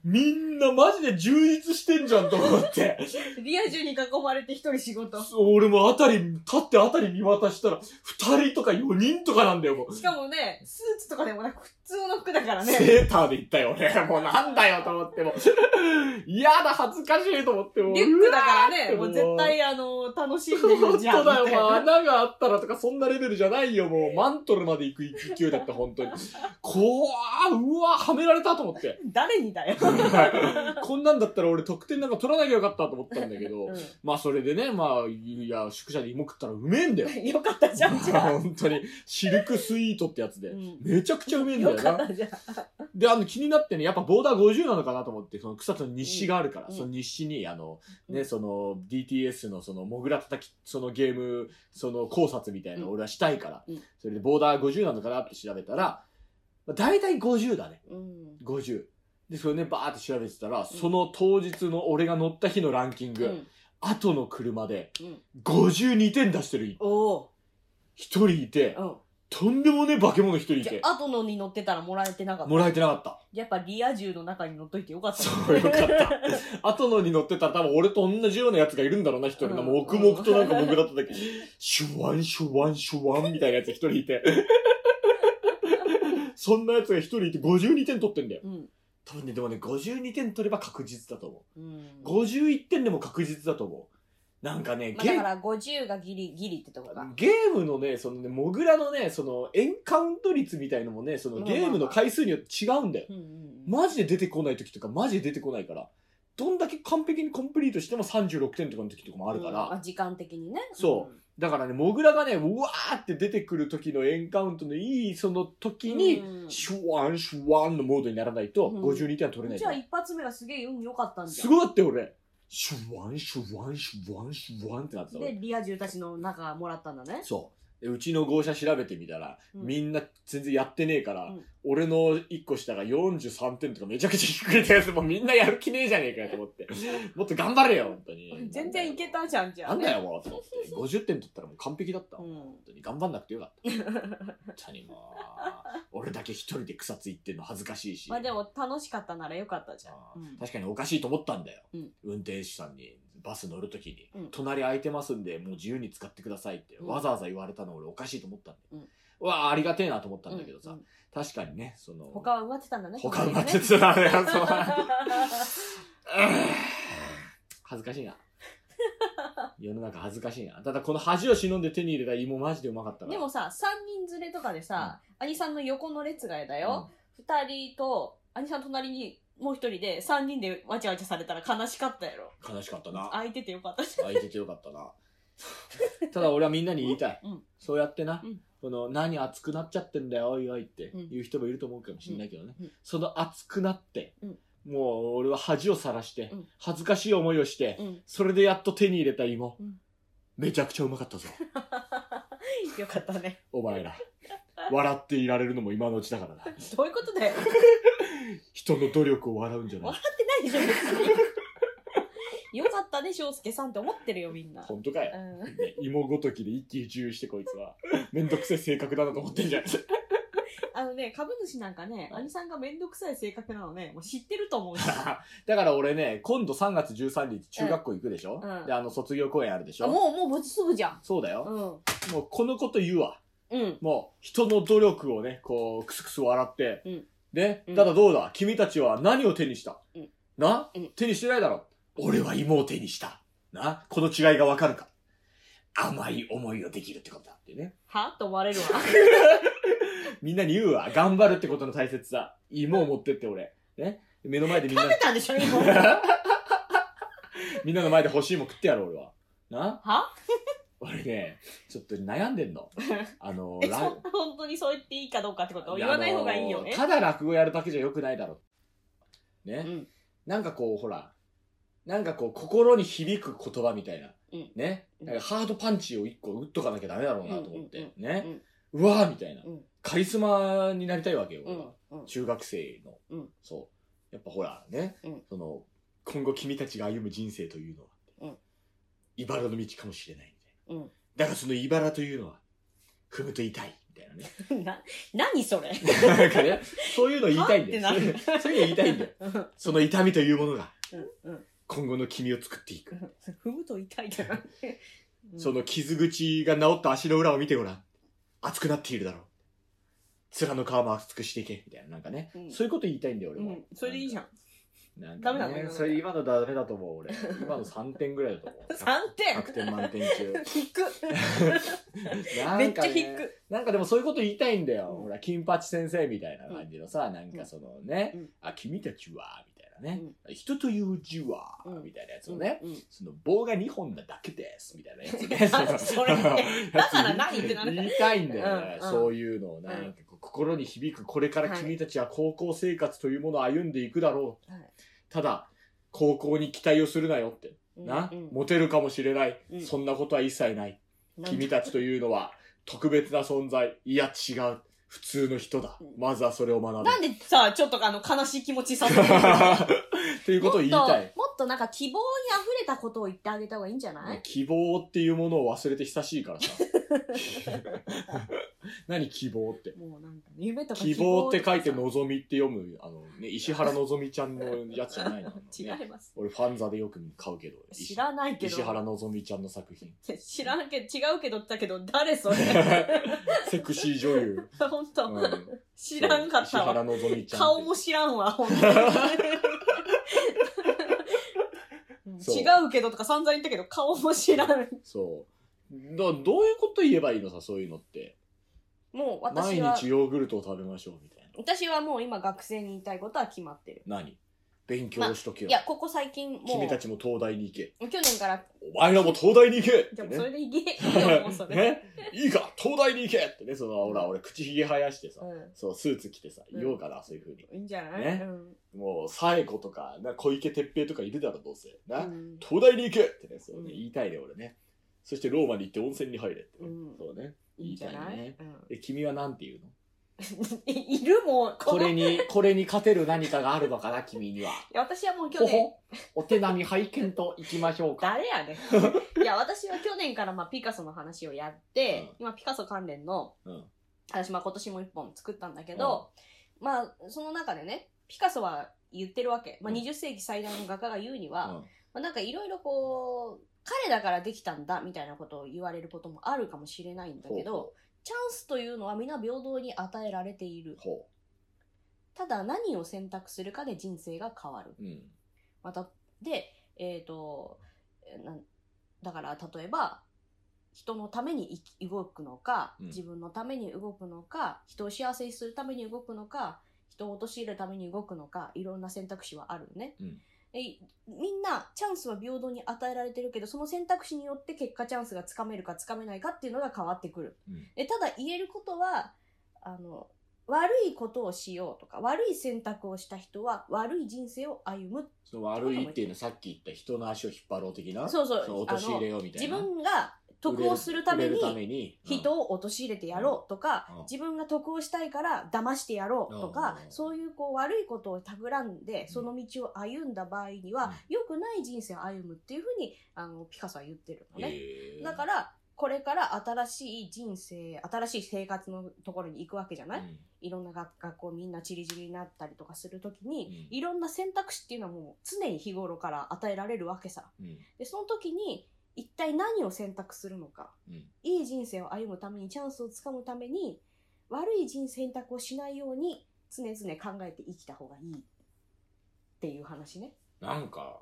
みんなマジで充実してんじゃんと思って。リア充に囲まれて一人仕事。俺もあたり、立ってあたり見渡したら、二人とか四人とかなんだよ、もう。しかもね、スーツとかでもなく普通の服だからね。セーターで行ったよ、俺。もうなんだよ、と思ってもう。 [LAUGHS] 嫌だ、恥ずかしいと思ってもう。リュックだからね、うもわーうって絶対あの、楽しんで本る当じゃん。だよ、みたいもうな穴があったらとか、そんなレベルじゃないよ、もう。マントルまで行く勢いだった、本当に。こわー、うわー、はめられたと思って。 [LAUGHS] 誰にだよ。こんなんだったら俺得点なんか取らなきゃよかったと思ったんだけどう、んまあそれでね、まあ、いや、宿舎で芋食ったらうめえんだよ。よかったじゃん、じ [LAUGHS] ゃあ。本当に。シルクスイートってやつでう。んめちゃくちゃうめえんだよよかっな。 [LAUGHS] たじゃん。で、あの、気になってね、やっぱボーダー50なのかなと思って、その草津の日誌があるから、うんその日誌に、あの、うんね、その DTS のその、モグラ叩き、そのゲーム、その考察みたいなのうん俺はしたいから、うんそれでボーダー50なのかなって調べたら、まあ、大体50だね。うん。 50。で、それね、バーって調べてたら、その当日の俺が乗った日のランキング、うん後の車でうん、 52点出してるおお。一人いて、うん。とんでもねえ化け物一人いじゃて、あ、後のに乗ってたらもらえてなかった。もらえてなかった。やっぱリア充の中に乗っといてよかった。そう、よかった。後のに乗ってたら多分俺と同じようなやつがいるんだろうな、一人が。うんもう黙々となんか僕だった時、シュワン、シュワン、シュワンみたいなやつ一人い [LAUGHS] て。そんなやつが一人いて52点取ってんだよ。 [LAUGHS] うん。多分ね、でもね、52点取れば確実だと思うんう。。51点でも確実だと思う。なんかね、まあゲだかーら50がギリギリってとこか。ゲームのね、そのね、モグラのね、その、エンカウント率みたいのもね、そのゲームの回数によって違うんだよ。うんうんうん。マジで出てこない時とか、マジで出てこないから、どんだけ完璧にコンプリートしても36点とかの時とかもあるから、うんあ時間的にね。そだからね、モグラがね、うわーって出てくる時のエンカウントのいいその時に、うんシュワンシュワンのモードにならないと、うん52点は取れないんじだゃよあ一発目がすげえ運良かったんじゃすん。ごかったよ、俺。シュワンシュワンシュワンシュワンってなってた俺で、リア充たちの中もらったんだね。そう。でうちの号車調べてみたら、うんみんな全然やってねえから、うん俺の1個下が43点とかめちゃくちゃ低い点数、もうみんなやる気ねえじゃねえかよと [LAUGHS] 思って。もっと頑張れよ、本当に。全然いけたじゃん、じゃなあんね。だよ、もう、と思って。50点取ったらもう完璧だった。う本ん。当に頑張んなくてよかった。本当にもう、俺だけ一人で草津行ってんの恥ずかしいし。 [LAUGHS] まあでも楽しかったならよかったじゃんあ。うーん確かにおかしいと思ったんだよ、うん運転手さんにバス乗るときに、うん隣空いてますんでもう自由に使ってくださいってうんわざわざ言われたの俺おかしいと思ったんだよ、うんうわあありがてえなと思ったんだけどさ、うんうん確かにねその他は埋まってたんだね。他埋まってた。た [LAUGHS] んだよ [LAUGHS] そう [LAUGHS] 恥ずかしいな世の中恥ずかしいなただこの恥を忍んで手に入れた芋マジでうまかったからでもさ、3人連れとかでさ、兄さんの横の列がだよ。2人と、兄さん隣にもう1人で、3人でわちゃわちゃされたら悲しかったやろ。悲しかったな空いててよかったじあいててよかったな。ただ俺はみんなに言いたい。うんそうやってな、うんこの何熱くなっちゃってんだよおいおいってうん言う人もいると思うかもしれないけどね、うんうんその熱くなって、うんもう俺は恥をさらして、うん恥ずかしい思いをして、うん。それでやっと手に入れた芋、うんめちゃくちゃうまかっ [LAUGHS] たぞ [LAUGHS] よかったね。お前ら笑っていられるのも今のうちだからなどういうことだ [LAUGHS] よ。人の努力を笑うんじゃない笑ってないでしょ、別に。よかったね、翔介さんって思ってるよ、みんな。本当 [LAUGHS] かよ、うん。ね芋ごときで一喜一憂してこいつはめんどくせえ性格だなと思ってんじゃんあのね、株主なんかね、兄さんがめんどくさい性格なのね、もう知ってると思うし。 [LAUGHS] あ [LAUGHS] だから俺ね今度3月13日中学校行くでしょ、うんであの卒業公演あるでしょもう、もう、ぼちすぐじゃん。そうだよ、うん。もうこのこと言うわうん。もう人の努力をねこうクスクス笑って、うんねうんただどうだ君たちは何を手にした、うんな、うん手にしてないだろ俺は芋を手にしたなこの違いがわかるか甘い思いをできるってことだってねはと思われる [LAUGHS] わ。みんなに言うわ頑張るってことの大切さ芋を持ってって俺ね目の前でみんな食べたんでしょ、今。みんなの前で欲しいもん食ってやろう俺はなは [LAUGHS] 俺ねちょっと悩んで [LAUGHS] んのあのえ、そラんな [LAUGHS] 本当にそう言っていいかどうかってこと言やわない方がいいよあのね。ただ落語やるだけじゃよくないだろう。ね、うんなんかこう、ほら、なんかこう、心に響く言葉みたいな。うんね、うんなんかハードパンチを一個打っとかなきゃダメだろうなと思って。うんうんね、うわーみたいな、うんカリスマになりたいわけよ、う俺はん。うん。中学生の、うんそう。やっぱほら、ね、うんその、今後君たちが歩む人生というのは、うん茨の道かもしれないみたいな。うんだからその茨というのは、踏むと痛い、みたいなね。な、何それなんかね、そういうの言いたいんだよ。はっそうていうな [LAUGHS] そういうの言いたいんだよ。うんその痛みというものが、うん。今後の君を作っていく。踏むと痛いじゃなくて。うん [LAUGHS] その傷口が治った足の裏を見てごらん。熱くなっているだろう。面の皮も熱くしていけ。みたいな、なんかね、うんそういうこと言いたいんだよ、う俺も。ん。それでいいじゃん。ん。なんダかメなんね、だよそれ今のダメだと思う、 [LAUGHS] 俺。今の3点ぐらいだと思う。 3点100点満点 [LAUGHS] 中。引く。なんかめねっちゃ引く。なんかでもそういうこと言いたいんだよ。うんほら、金八先生みたいな感じのさ、なんかそのね、うんあ、君たちは、みたいなね、人という字は、うんみたいなやつをね、うん。うんその棒が2本なだけです、みたいなやつね [LAUGHS] あ。それねのだから何ってなるから言いたいんだよね、うんうんそういうのをね、うんなんかこう心に響く、これから君たちは高校生活というものを歩んでいくだろう。はいただ、高校に期待をするなよって。な、うんモテるかもしれない、うんそんなことは一切ない。君たちというのは特別な存在。いや、違う。普通の人だ。まずはそれを学べ。なんでさ、ちょっとあの、悲しい気持ちさせるの [LAUGHS] ということを言いもったとい。もっとなんか希望に溢れたことを言ってあげた方がいいんじゃない希望っていうものを忘れて久しいか [LAUGHS] らさ。何希望って。もうなんか、夢とか希望って書いての望みって読む、あのね、石原のぞみちゃんのやつじゃ [LAUGHS] ないの。違ねいます。俺ファンザでよく買うけど。知らないけど。石原のぞみちゃんの [LAUGHS] 作品。知らんけど、違うけどだけど、誰それセクシー女 [LAUGHS] 優。本当、うん知らんかっ石た原わ。のぞみちゃんって。顔も知らんわ、本 [LAUGHS] 当にそう違うけどとか散々言ったけど、顔も知らん。そう。だどういうこと言えばいいのさ、そういうのって。もう毎私は日、ヨーグルトを食べましょうみたいな。私はもう今学生に言いたいことは決まってる。何勉強しとけいよ。や、ここ最近も君たう、ちも東大に行け。去年から、お前らも東大に行けじゃあっもてうそれねでいけ。いいよもうそれ。 [LAUGHS] ねいいか東大に行けってね、その、ほら、俺、口ひげ生やしてさ、 [LAUGHS] うそう、スーツ着てさ、うん言おうかな、そういうふうん。に。いいんじゃない、ねうんもう、サエ子とか、な小池徹平とかいるだろ、どうせ。うな、ん。東大に行けってね、そううんね、言いたいね、俺ね。そして、ローマに行って温泉に入れってねうん。そうね。いいんじゃない言いたいねうんえ、君はなんて言うのいいるもん、 [LAUGHS] ここのれに、これに勝てる何かがあるのかな、 [LAUGHS] 君には。いや私はもう去ほ年、ほ、お手並み拝見と行きましょうか。誰やね [LAUGHS] ん。いや、私は去年からまあピカソの話をやって、今ピカソ関連の、うん私まあ今年も一本作ったんだけど、まあその中でね、ピカソは言ってるわけ。まあうん20世紀最大の画家が言うにうは、んまあ、なんかいろいろこう、彼だからできたんだみたいなことを言われることもあるかもしれないんだけほうど、チャンスというのは皆平等に与えられている。ほただ何を選択するかで人生が変わる。う。うん。また、で、えっ、と、えーなんだから例えば、人のために生き動くのか、うん自分のために動くのか、人を幸せにするために動くのか、人を陥れるために動くのか、いろんな選択肢はあるね。うんえみんなチャンスは平等に与えられてるけど、その選択肢によって結果チャンスがつかめるかつかめないかっていうのが変わってくる。うんでただ言えることは、あの、悪いことをしようとか、悪い選択をした人は悪い人生を歩む。その悪いっていうのはさっき言った人の足を引っ張ろう的な。そうそうの落とし入れようみた自いな。分が得をするため売れにる、ために。うん人を陥れてやろうとか、うんうん自分が得をしたいから騙してやろうとか、うんそういうこう悪いことを企んで、その道を歩んだ場合には、良くない人生を歩むっていうふうに、あの、ピカソは言ってるのね。へーだから、これから新しい人生、新しい生活のところに行くわけじゃない、うんいろんな学学校みんなチリチリになったりとかするときに、うんいろんな選択肢っていうのはもう常に日頃から与えられるわけさ。うんで、その時に、一体何を選択するのか。うんいい人生を歩むために、チャンスをつかむために、悪い人選択をしないように、常々考えて生きた方がいい。っていう話ね。なんか、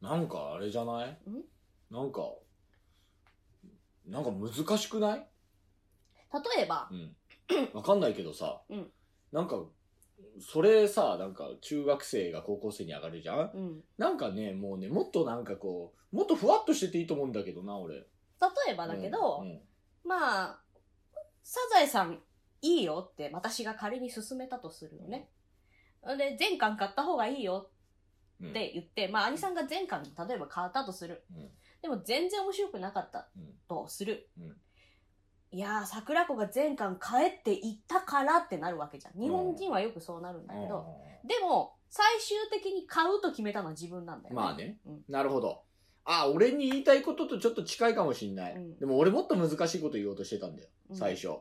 なんかあれじゃないんなんか、なんか難しくない例えばう、ん。わかんないけどさ、うんなんか、それさ、なんか中学生が高校生に上がるじゃんうん。なんかね、もうね、もっとなんかこう、もっとふわっとしてていいと思うんだけどな、俺。例えばだけど、うんうんまあ、サザエさんいいよって私が仮に勧めたとするのね。で、全巻買った方がいいよって言って、まあ、兄さんが全巻例えば買ったとする。うんでも全然面白くなかったうんとする。うんいやー、桜子が全巻買えって言ったからってなるわけじゃん。日本人はよくそうなるんだけど。でも、最終的に買うと決めたのは自分なんだよね。まあね、うんなるほど。あ、俺に言いたいこととちょっと近いかもしんない。うんでも俺もっと難しいこと言おうとしてたんだよ、うん最初。うん。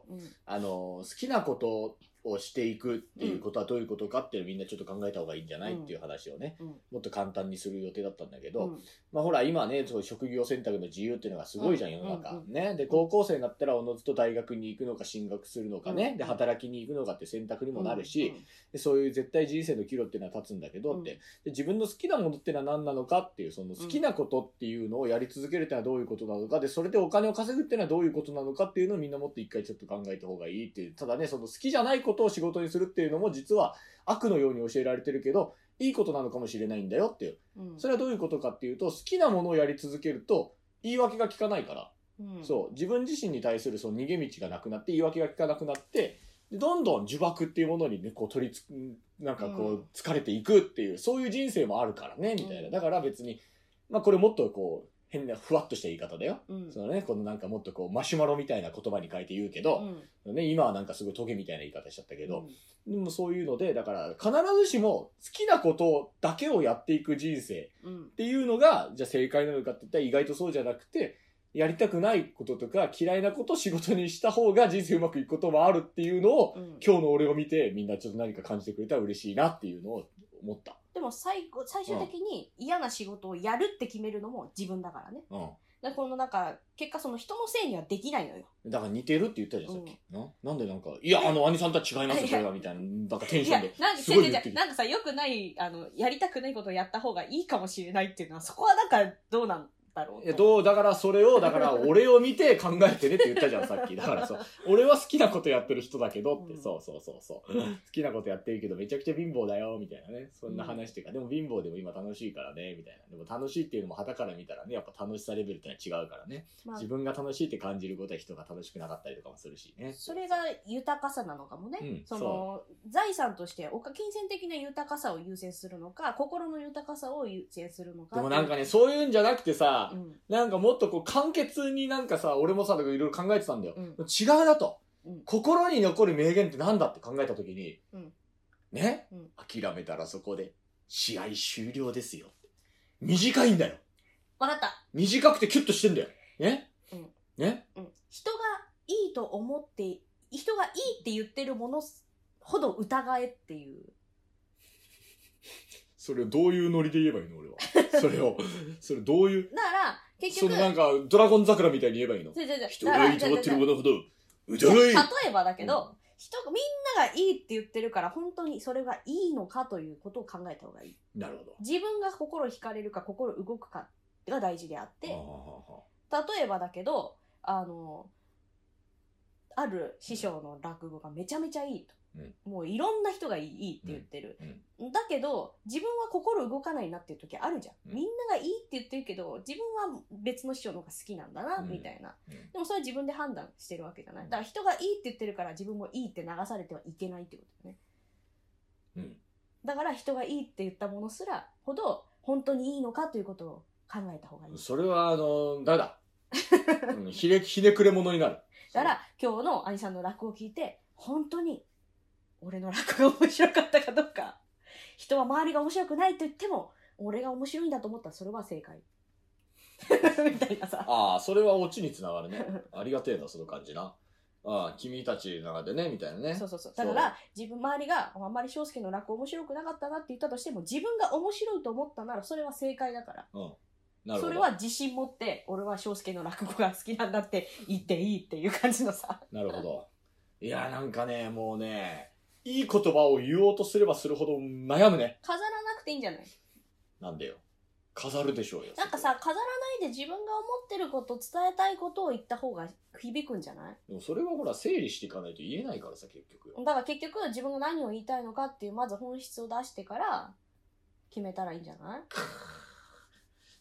あの、好きなことをしていくっていうことはどういうことかっていうのをみんなちょっと考えた方がいいんじゃない、うんっていう話をね、うんもっと簡単にする予定だったんだけど、うんまあほら今ね、そう職業選択の自由っていうのがすごいじゃん、うん世の中、うんうんね。で、高校生になったらおのずと大学に行くのか進学するのかね、うんで、働きに行くのかって選択にもなるし、うんでそういう絶対人生の岐路っていうのは立つんだけどって、うんで自分の好きなものっていうのは何なのかっていうその好きなことっていうのをやり続けるっていうのはどういうことなのかでそれでお金を稼ぐっていうのはどういうことなのかっていうのをみんなもっと一回ちょっと考えた方がいいっていうただねその好きじゃないことを仕事にするっていうのも実は悪のように教えられてるけどいいことなのかもしれないんだよっていううんそれはどういうことかっていうと好きなものをやり続けると言い訳が効かないからうんそう自分自身に対するその逃げ道がなくなって言い訳が効かなくなってでどんどん呪縛っていうものにねこう取りつなんかうこんう疲れていくっていう、そういう人生もあるからねみたいな、うんだから別にまあこれもっとこう変なふわっとした言い方だよ、うん。そのねこのなんかもっとこうマシュマロみたいな言葉に変えて言うけど、うんね今はなんかすごいトゲみたいな言い方しちゃったけど、うんでもそういうのでだから必ずしも好きなことだけをやっていく人生うんっていうのが、じゃあ正解なのかって言ったら意外とそうじゃなくて、やりたくないこととか嫌いなことを仕事にした方が人生うまくいくこともあるっていうのを、うん今日の俺を見てみんなちょっと何か感じてくれたら嬉しいなっていうのを思った。でも最後最終的に嫌な仕事をやるって決めるのも自分だからね。うだからこのなんか結果その人のせいにはできないのよ。ん。だから似てるって言ったじゃん、さっうんき。ななんでなんか、いや、あの、兄さんとは違いますよ、それは、みたいな。なんかテンいショやンで。、なんかす違ごうい違う言違ってうきたなんかさ、良くない、あの、やりたくないことをやった方がいいかもしれないっていうのは、そこはだからどうなんだろういや、どう、だからそれを、だから俺を見て考えてねって言ったじゃん、さっき。だからそう、俺は好きなことやってる人だけどって、うんそうそうそうそう。好きなことやってるけどめちゃくちゃ貧乏だよ、みたいなね。そんな話っていうか、でも貧乏でも今楽しいからね、みたいな。でも楽しいっていうのも旗から見たらね、やっぱ楽しさレベルってのは違うからね。 [LAUGHS] まあ自、分が楽しいって感じることは人が楽しくなかったりとかもするしね。それが豊かさなのかもね。うんその、財産としておか、金銭的な豊かさを優先するのか、心の豊かさを優先するのか。でもなんかね、そういうんじゃなくてさ、うん、なんかもっとこう簡潔になんかさ、俺もさ、いろいろ考えてたんだよ。うん違うなと、うん心に残る名言ってなんだって考えた時に、うんね、うん諦めたらそこで、試合終了ですよ。短いんだよ。わかった。短くてキュッとしてんだよ。ね、うんねうん。人がいいと思って、人がいいって言ってるものほど疑えっていう。それをどういうノリで言えばいいの俺 [LAUGHS] は。それを。それどういう。だから、結そ局、のなんか、ドラゴン桜みたいに言えばいいの。違う違う違う人がいいと思ってるものほど、うじゃ例ないえばだけど、人みんながいいって言ってるから本当にそれがいいのかということを考えた方がいいなるほど。自分が心惹かれるか心動くかが大事であってああああああ例えばだけどあのある師匠の落語がめちゃめちゃいいと。うんもういろんな人がいいいいって言ってる、だけど、自分は心動かないなっていう時あるじゃん。うんみんながいいって言ってるけど、自分は別の師匠の方が好きなんだな、うんみたいな、うんでもそれは自分で判断してるわけじゃない。だから人がいいって言ってるから自分もいいって流されてはいけないってことだよね。うんだから人がいいって言ったものすらほど本当にいいのかということを考えた方がいい。それは、あの、[LAUGHS] だだ。うんひね、ひねくれ者になる。だから今日の兄さんの落語を聞いて、本当に俺の落語が面白かったかどうか、人は周りが面白くないと言っても、俺が面白いんだと思ったらそれは正解。 [LAUGHS] みたいなさ。ああ、それはオチにつながるね。ありがてえな、その感じな。ああ、君たちの中でね、みたいなねそ。うそうそう。だから自分周りがあんまり翔介の落語面白くなかったなって言ったとしても、自分が面白いと思ったならそれは正解だから。なるそほれど。は自信持って、俺は翔介の落語が好きなんだって言っていいっていう感じのさ。なるほど。いや、なんかね、もうね、いい言葉を言おうとすればするほど悩むね。 [LAUGHS] 飾らなくていいんじゃないなんでよ。飾るでしょうよ。なんかさ、飾らないで自分が思ってること、伝えたいことを言った方が響くんじゃないでもそれはほら整理していかないと言えないからさ結局だから結局自分が何を言いたいのかっていう、まず本質を出してから決めたらいいんじゃない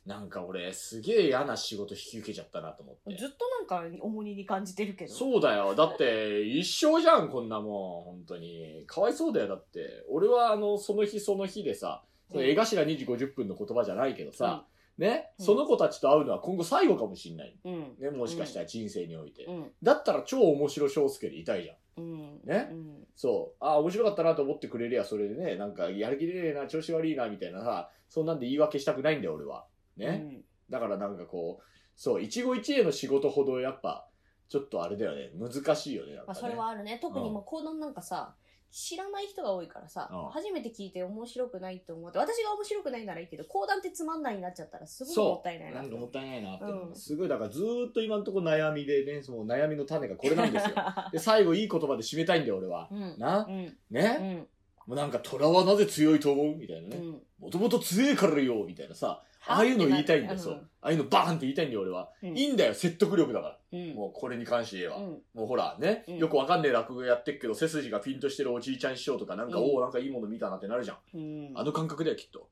なんか俺すげえ嫌な仕事引き受けちゃったなと思っずてっとなんか重荷に感じてるけど。そうだよだって一生じゃんこんなもん本当にかわいそうだよだって俺はあのその日その日でさその絵頭2時50分の言葉じゃないけどさ、ね、うんその子たちと会うのは今後最後かもしんない、うん。ね、もしかしたら人生において、うん。だったら超面白翔介でいたいじゃうんん。ねうん。そう。ああ、面白かったなと思ってくれりゃ、それでね、なんか、やる気出ねえな、調子悪いな、みたいなさ、そんなんで言い訳したくないんだよ、俺は。ね。だからなんかこう、そう、一期一会の仕事ほどやっぱ、ちょっとあれだよね、難しいよね、なんか、まあ、そね。れはあるね。特にもう講談なんかさ、知らない人が多いからさ、うん初めて聞いて面白くないと思って、私が面白くないならいいけど、講談ってつまんないになっちゃったらすごいそうもったいないななんかもったいないなって、うんすごい、だからずーっと今のところ悩みでね、その悩みの種がこれなんで [LAUGHS] すよ。で、最後いい言葉で締めたいんだよ、俺は。うん。うん。なうん。うね、ん。もうなんか、虎はなぜ強いと思うみたいなうね。ん。もともと強いからよみたいなさ、ああいうの言いたいんだよ、そうんう。ああいうのバーンって言いたいんだよ、俺は。うんいいんだよ、説得力だから。うん。もうこれに関して言えば。うんもうほらね、うんよくわかんねえ落語やってっけど、背筋がピンとしてるおじいちゃん師匠とかなんか、うんおお、なんかいいもの見たなってなるじゃん。うん。あの感覚だよ、きっと。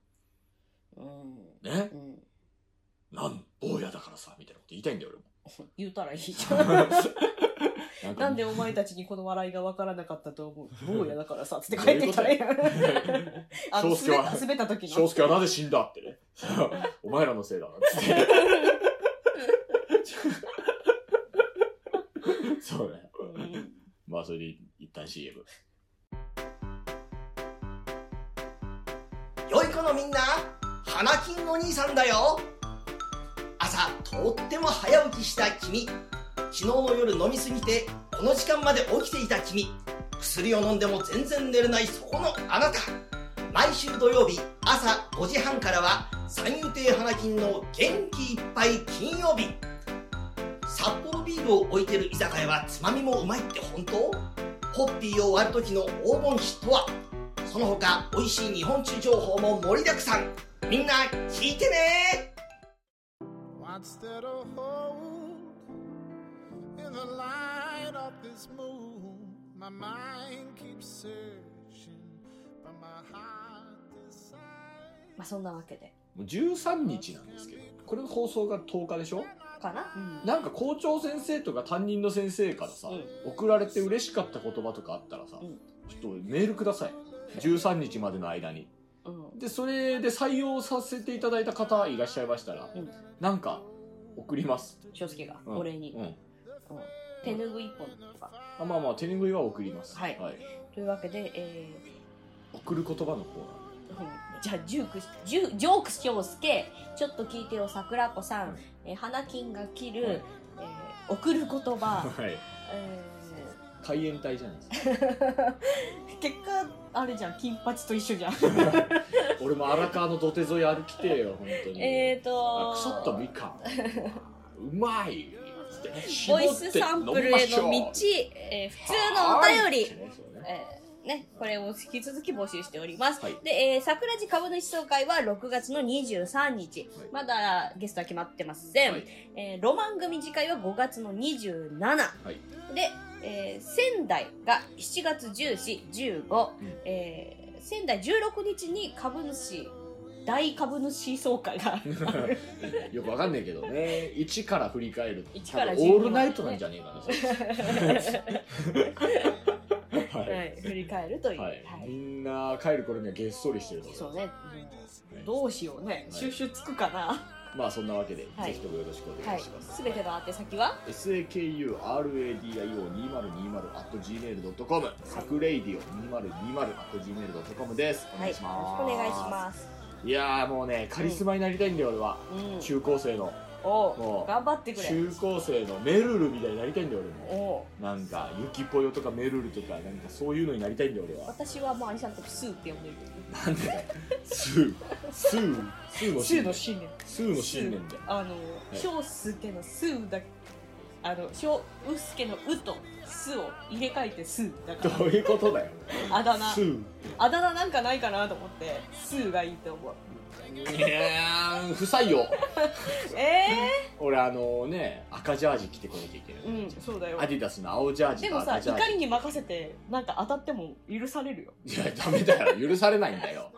うん。ねう。ん。なん、坊やだからさ、みたいなこと言いたいんだよ、言うたらいいじ俺も [LAUGHS] ゃん。。なんなんでもお前たちにこの笑いがわからなかったと思う。坊やだからさ、つって帰ってきた [LAUGHS] らいいやん。あの、翔介滑っはた滑った時う、の。翔介はなぜ死んだってね。 [LAUGHS] お前らのせいだな、つって。そうね。うんまあ、それで一旦 CM。良い子のみんな花金お兄さんだよ朝とっても早起きした君昨日の夜飲みすぎてこの時間まで起きていた君薬を飲んでも全然寝れないそこのあなた毎週土曜日朝5時半からは三遊亭花金の元気いっぱい金曜日札幌ビールを置いてる居酒屋はつまみもうまいって本当ホッピーを割る時の黄金比とはその他美味しい日本酒情報も盛りだくさんみんな聞いてね What's there to hold in the light of this moon? My mind keeps searching, but my heart decides. まあそんなわけで。もう13日なんですけど、これ放送が10日でしょかなうん。なんか校長先生とか担任の先生からさ、う送られて嬉しかった言葉とかあったらさ、うんちょっとメールください13日までの間にうん。でそれで採用させていただいた方いらっしゃいましたら、うんなんか送ります、翔介が、うんお礼に。ううんん手拭い一本とか。あまあまあ手拭いは送りますはいというわけで、えー、送る言葉のコーナーうんじゃあジュークジュジョーク翔介ちょっと聞いてよ桜子さうんん、えー花金が切はるい、えー送る言葉、はいえ海援隊じゃないですかー結果あれじゃん金八と一緒じゃん [LAUGHS] 俺も荒川の土手沿い歩きてえよ本当にえーあと腐ったみかんうまいボイスサンプルへの道、えー普通のお便り、りえね、これを引き続き募集しております。はいで、えー、桜地株主総会は6月の23日。はいまだゲストは決まってません。はいえーロマン組次回は5月の27。はいで、えー仙台が7月14、15。んえー仙台16日に株主、大株主総会が [LAUGHS] よくわかんないけどね1から振り返る1から多10分オールナイトなんじゃねえかなそ [LAUGHS] れは、はい振り返るという。ははいい、みんな帰る頃にはげっそりしてるとそ思ういね。ますどうしようね。収集つくかな。まあそんなわけで、はいぜひともよろしくお願はいいしま。す、すべての宛先は sakuradio2020.gmail.com サクレイディオ 2020.gmail.com ですお願いしよろします、くお願いします。いやーもうねカリスマになりたいんだよ俺は、うん。中高生のもおうう頑張ってくれ。中高生のメルルみたいになりたいんだよ俺もおうなんかゆきぽよとかメルルとかなんかそういうのになりたいんだよ俺は私はもうアニさんのことスーって呼んでるけど。なんでだよスースースースーの信の念信念。スーの信念だよあの、小すけのスーだあの、小うすけのうとすを入れ替えてスーだかどういうことだよら、あだ名ス。ーあだ名なんかないかなと思って、スーがいいと思う。いやー不採用え俺あのね赤ジャージ着てこなきゃいえけない、ー、うん、そうだよア。ディダスの青ジャージでともさ、赤ジャー怒りに任せて、なんか当たっても許されるよ。ジいやダメだよ許されないんだよ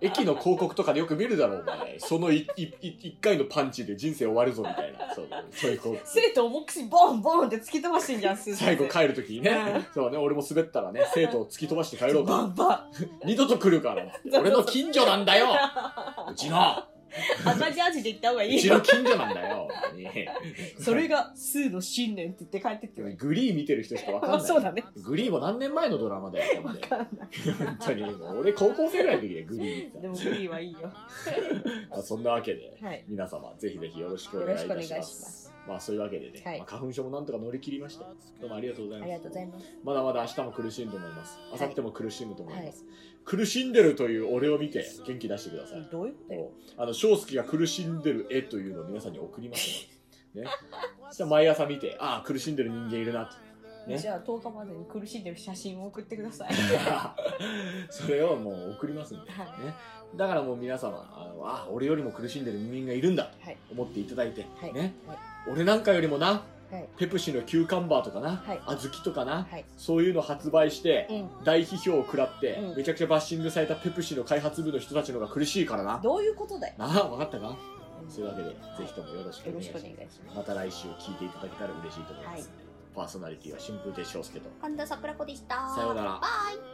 駅の広告とかでよく見るだろうお前そのいいい一回のパンチで人生終わるぞみたいなそうそういうこう生徒を目視ボンボンって突き飛ばしてんじゃん、スー最後帰るときにね、そうね、俺も滑ったらね、生徒を突き飛ばして帰ろうバか。ンバ二度と来るから。俺の近所なんだようちのン。赤ジャージで行った方がいういちよの。近所なんだよねそれがスーの信念って言って帰ってきてグリー見てる人しかわかんあない。そうだね。グリーも何年前のドラマだよ。本当に。俺高校生ぐらいの時でグリー見でたもグリーンはいいよ。まあそんなわけで、はい皆様ぜひぜひよろしくお願いいたしよろましす。くおま願いしますあそういうわけでね、はいまあ、花粉症もなんとか乗り切りました。どうもありがとうございあまりすが。とうございます。まだまだ明日も苦しいと思います。明後日も苦しむと思います。は苦しんでるという俺を見て元気出してください。どういうことよもうあの翔介が苦しんでる絵というのを皆さんに送ります [LAUGHS] ので、ね、そしたら毎朝見て、ああ、苦しんでる人間いるなと。ねじゃあ10日までに苦しんでる写真を送ってくだ [LAUGHS] さい。 [LAUGHS] それをもう送りますんで、ねはい、だからもう皆様、あのああ、俺よりも苦しんでる人間がいるんだとはい思っていただいて、はいねはい俺なんかよりもな、はいペプシのキューカンバーとかな、はい小豆とかな、はい。そういうの発売して、うん。大批評を食らって、うんめちゃくちゃバッシングされたペプシの開発部の人たちの方が苦しいからな。どういうことだよ。なあ、分かったかうんそういうわけで、ぜひともよろしくおよ願ろいししくまおす願い。します。また来週聞いていただけたら嬉しいと思います。はいパーソナリティは春風亭昇介と。神田桜子でした。さようならバイ。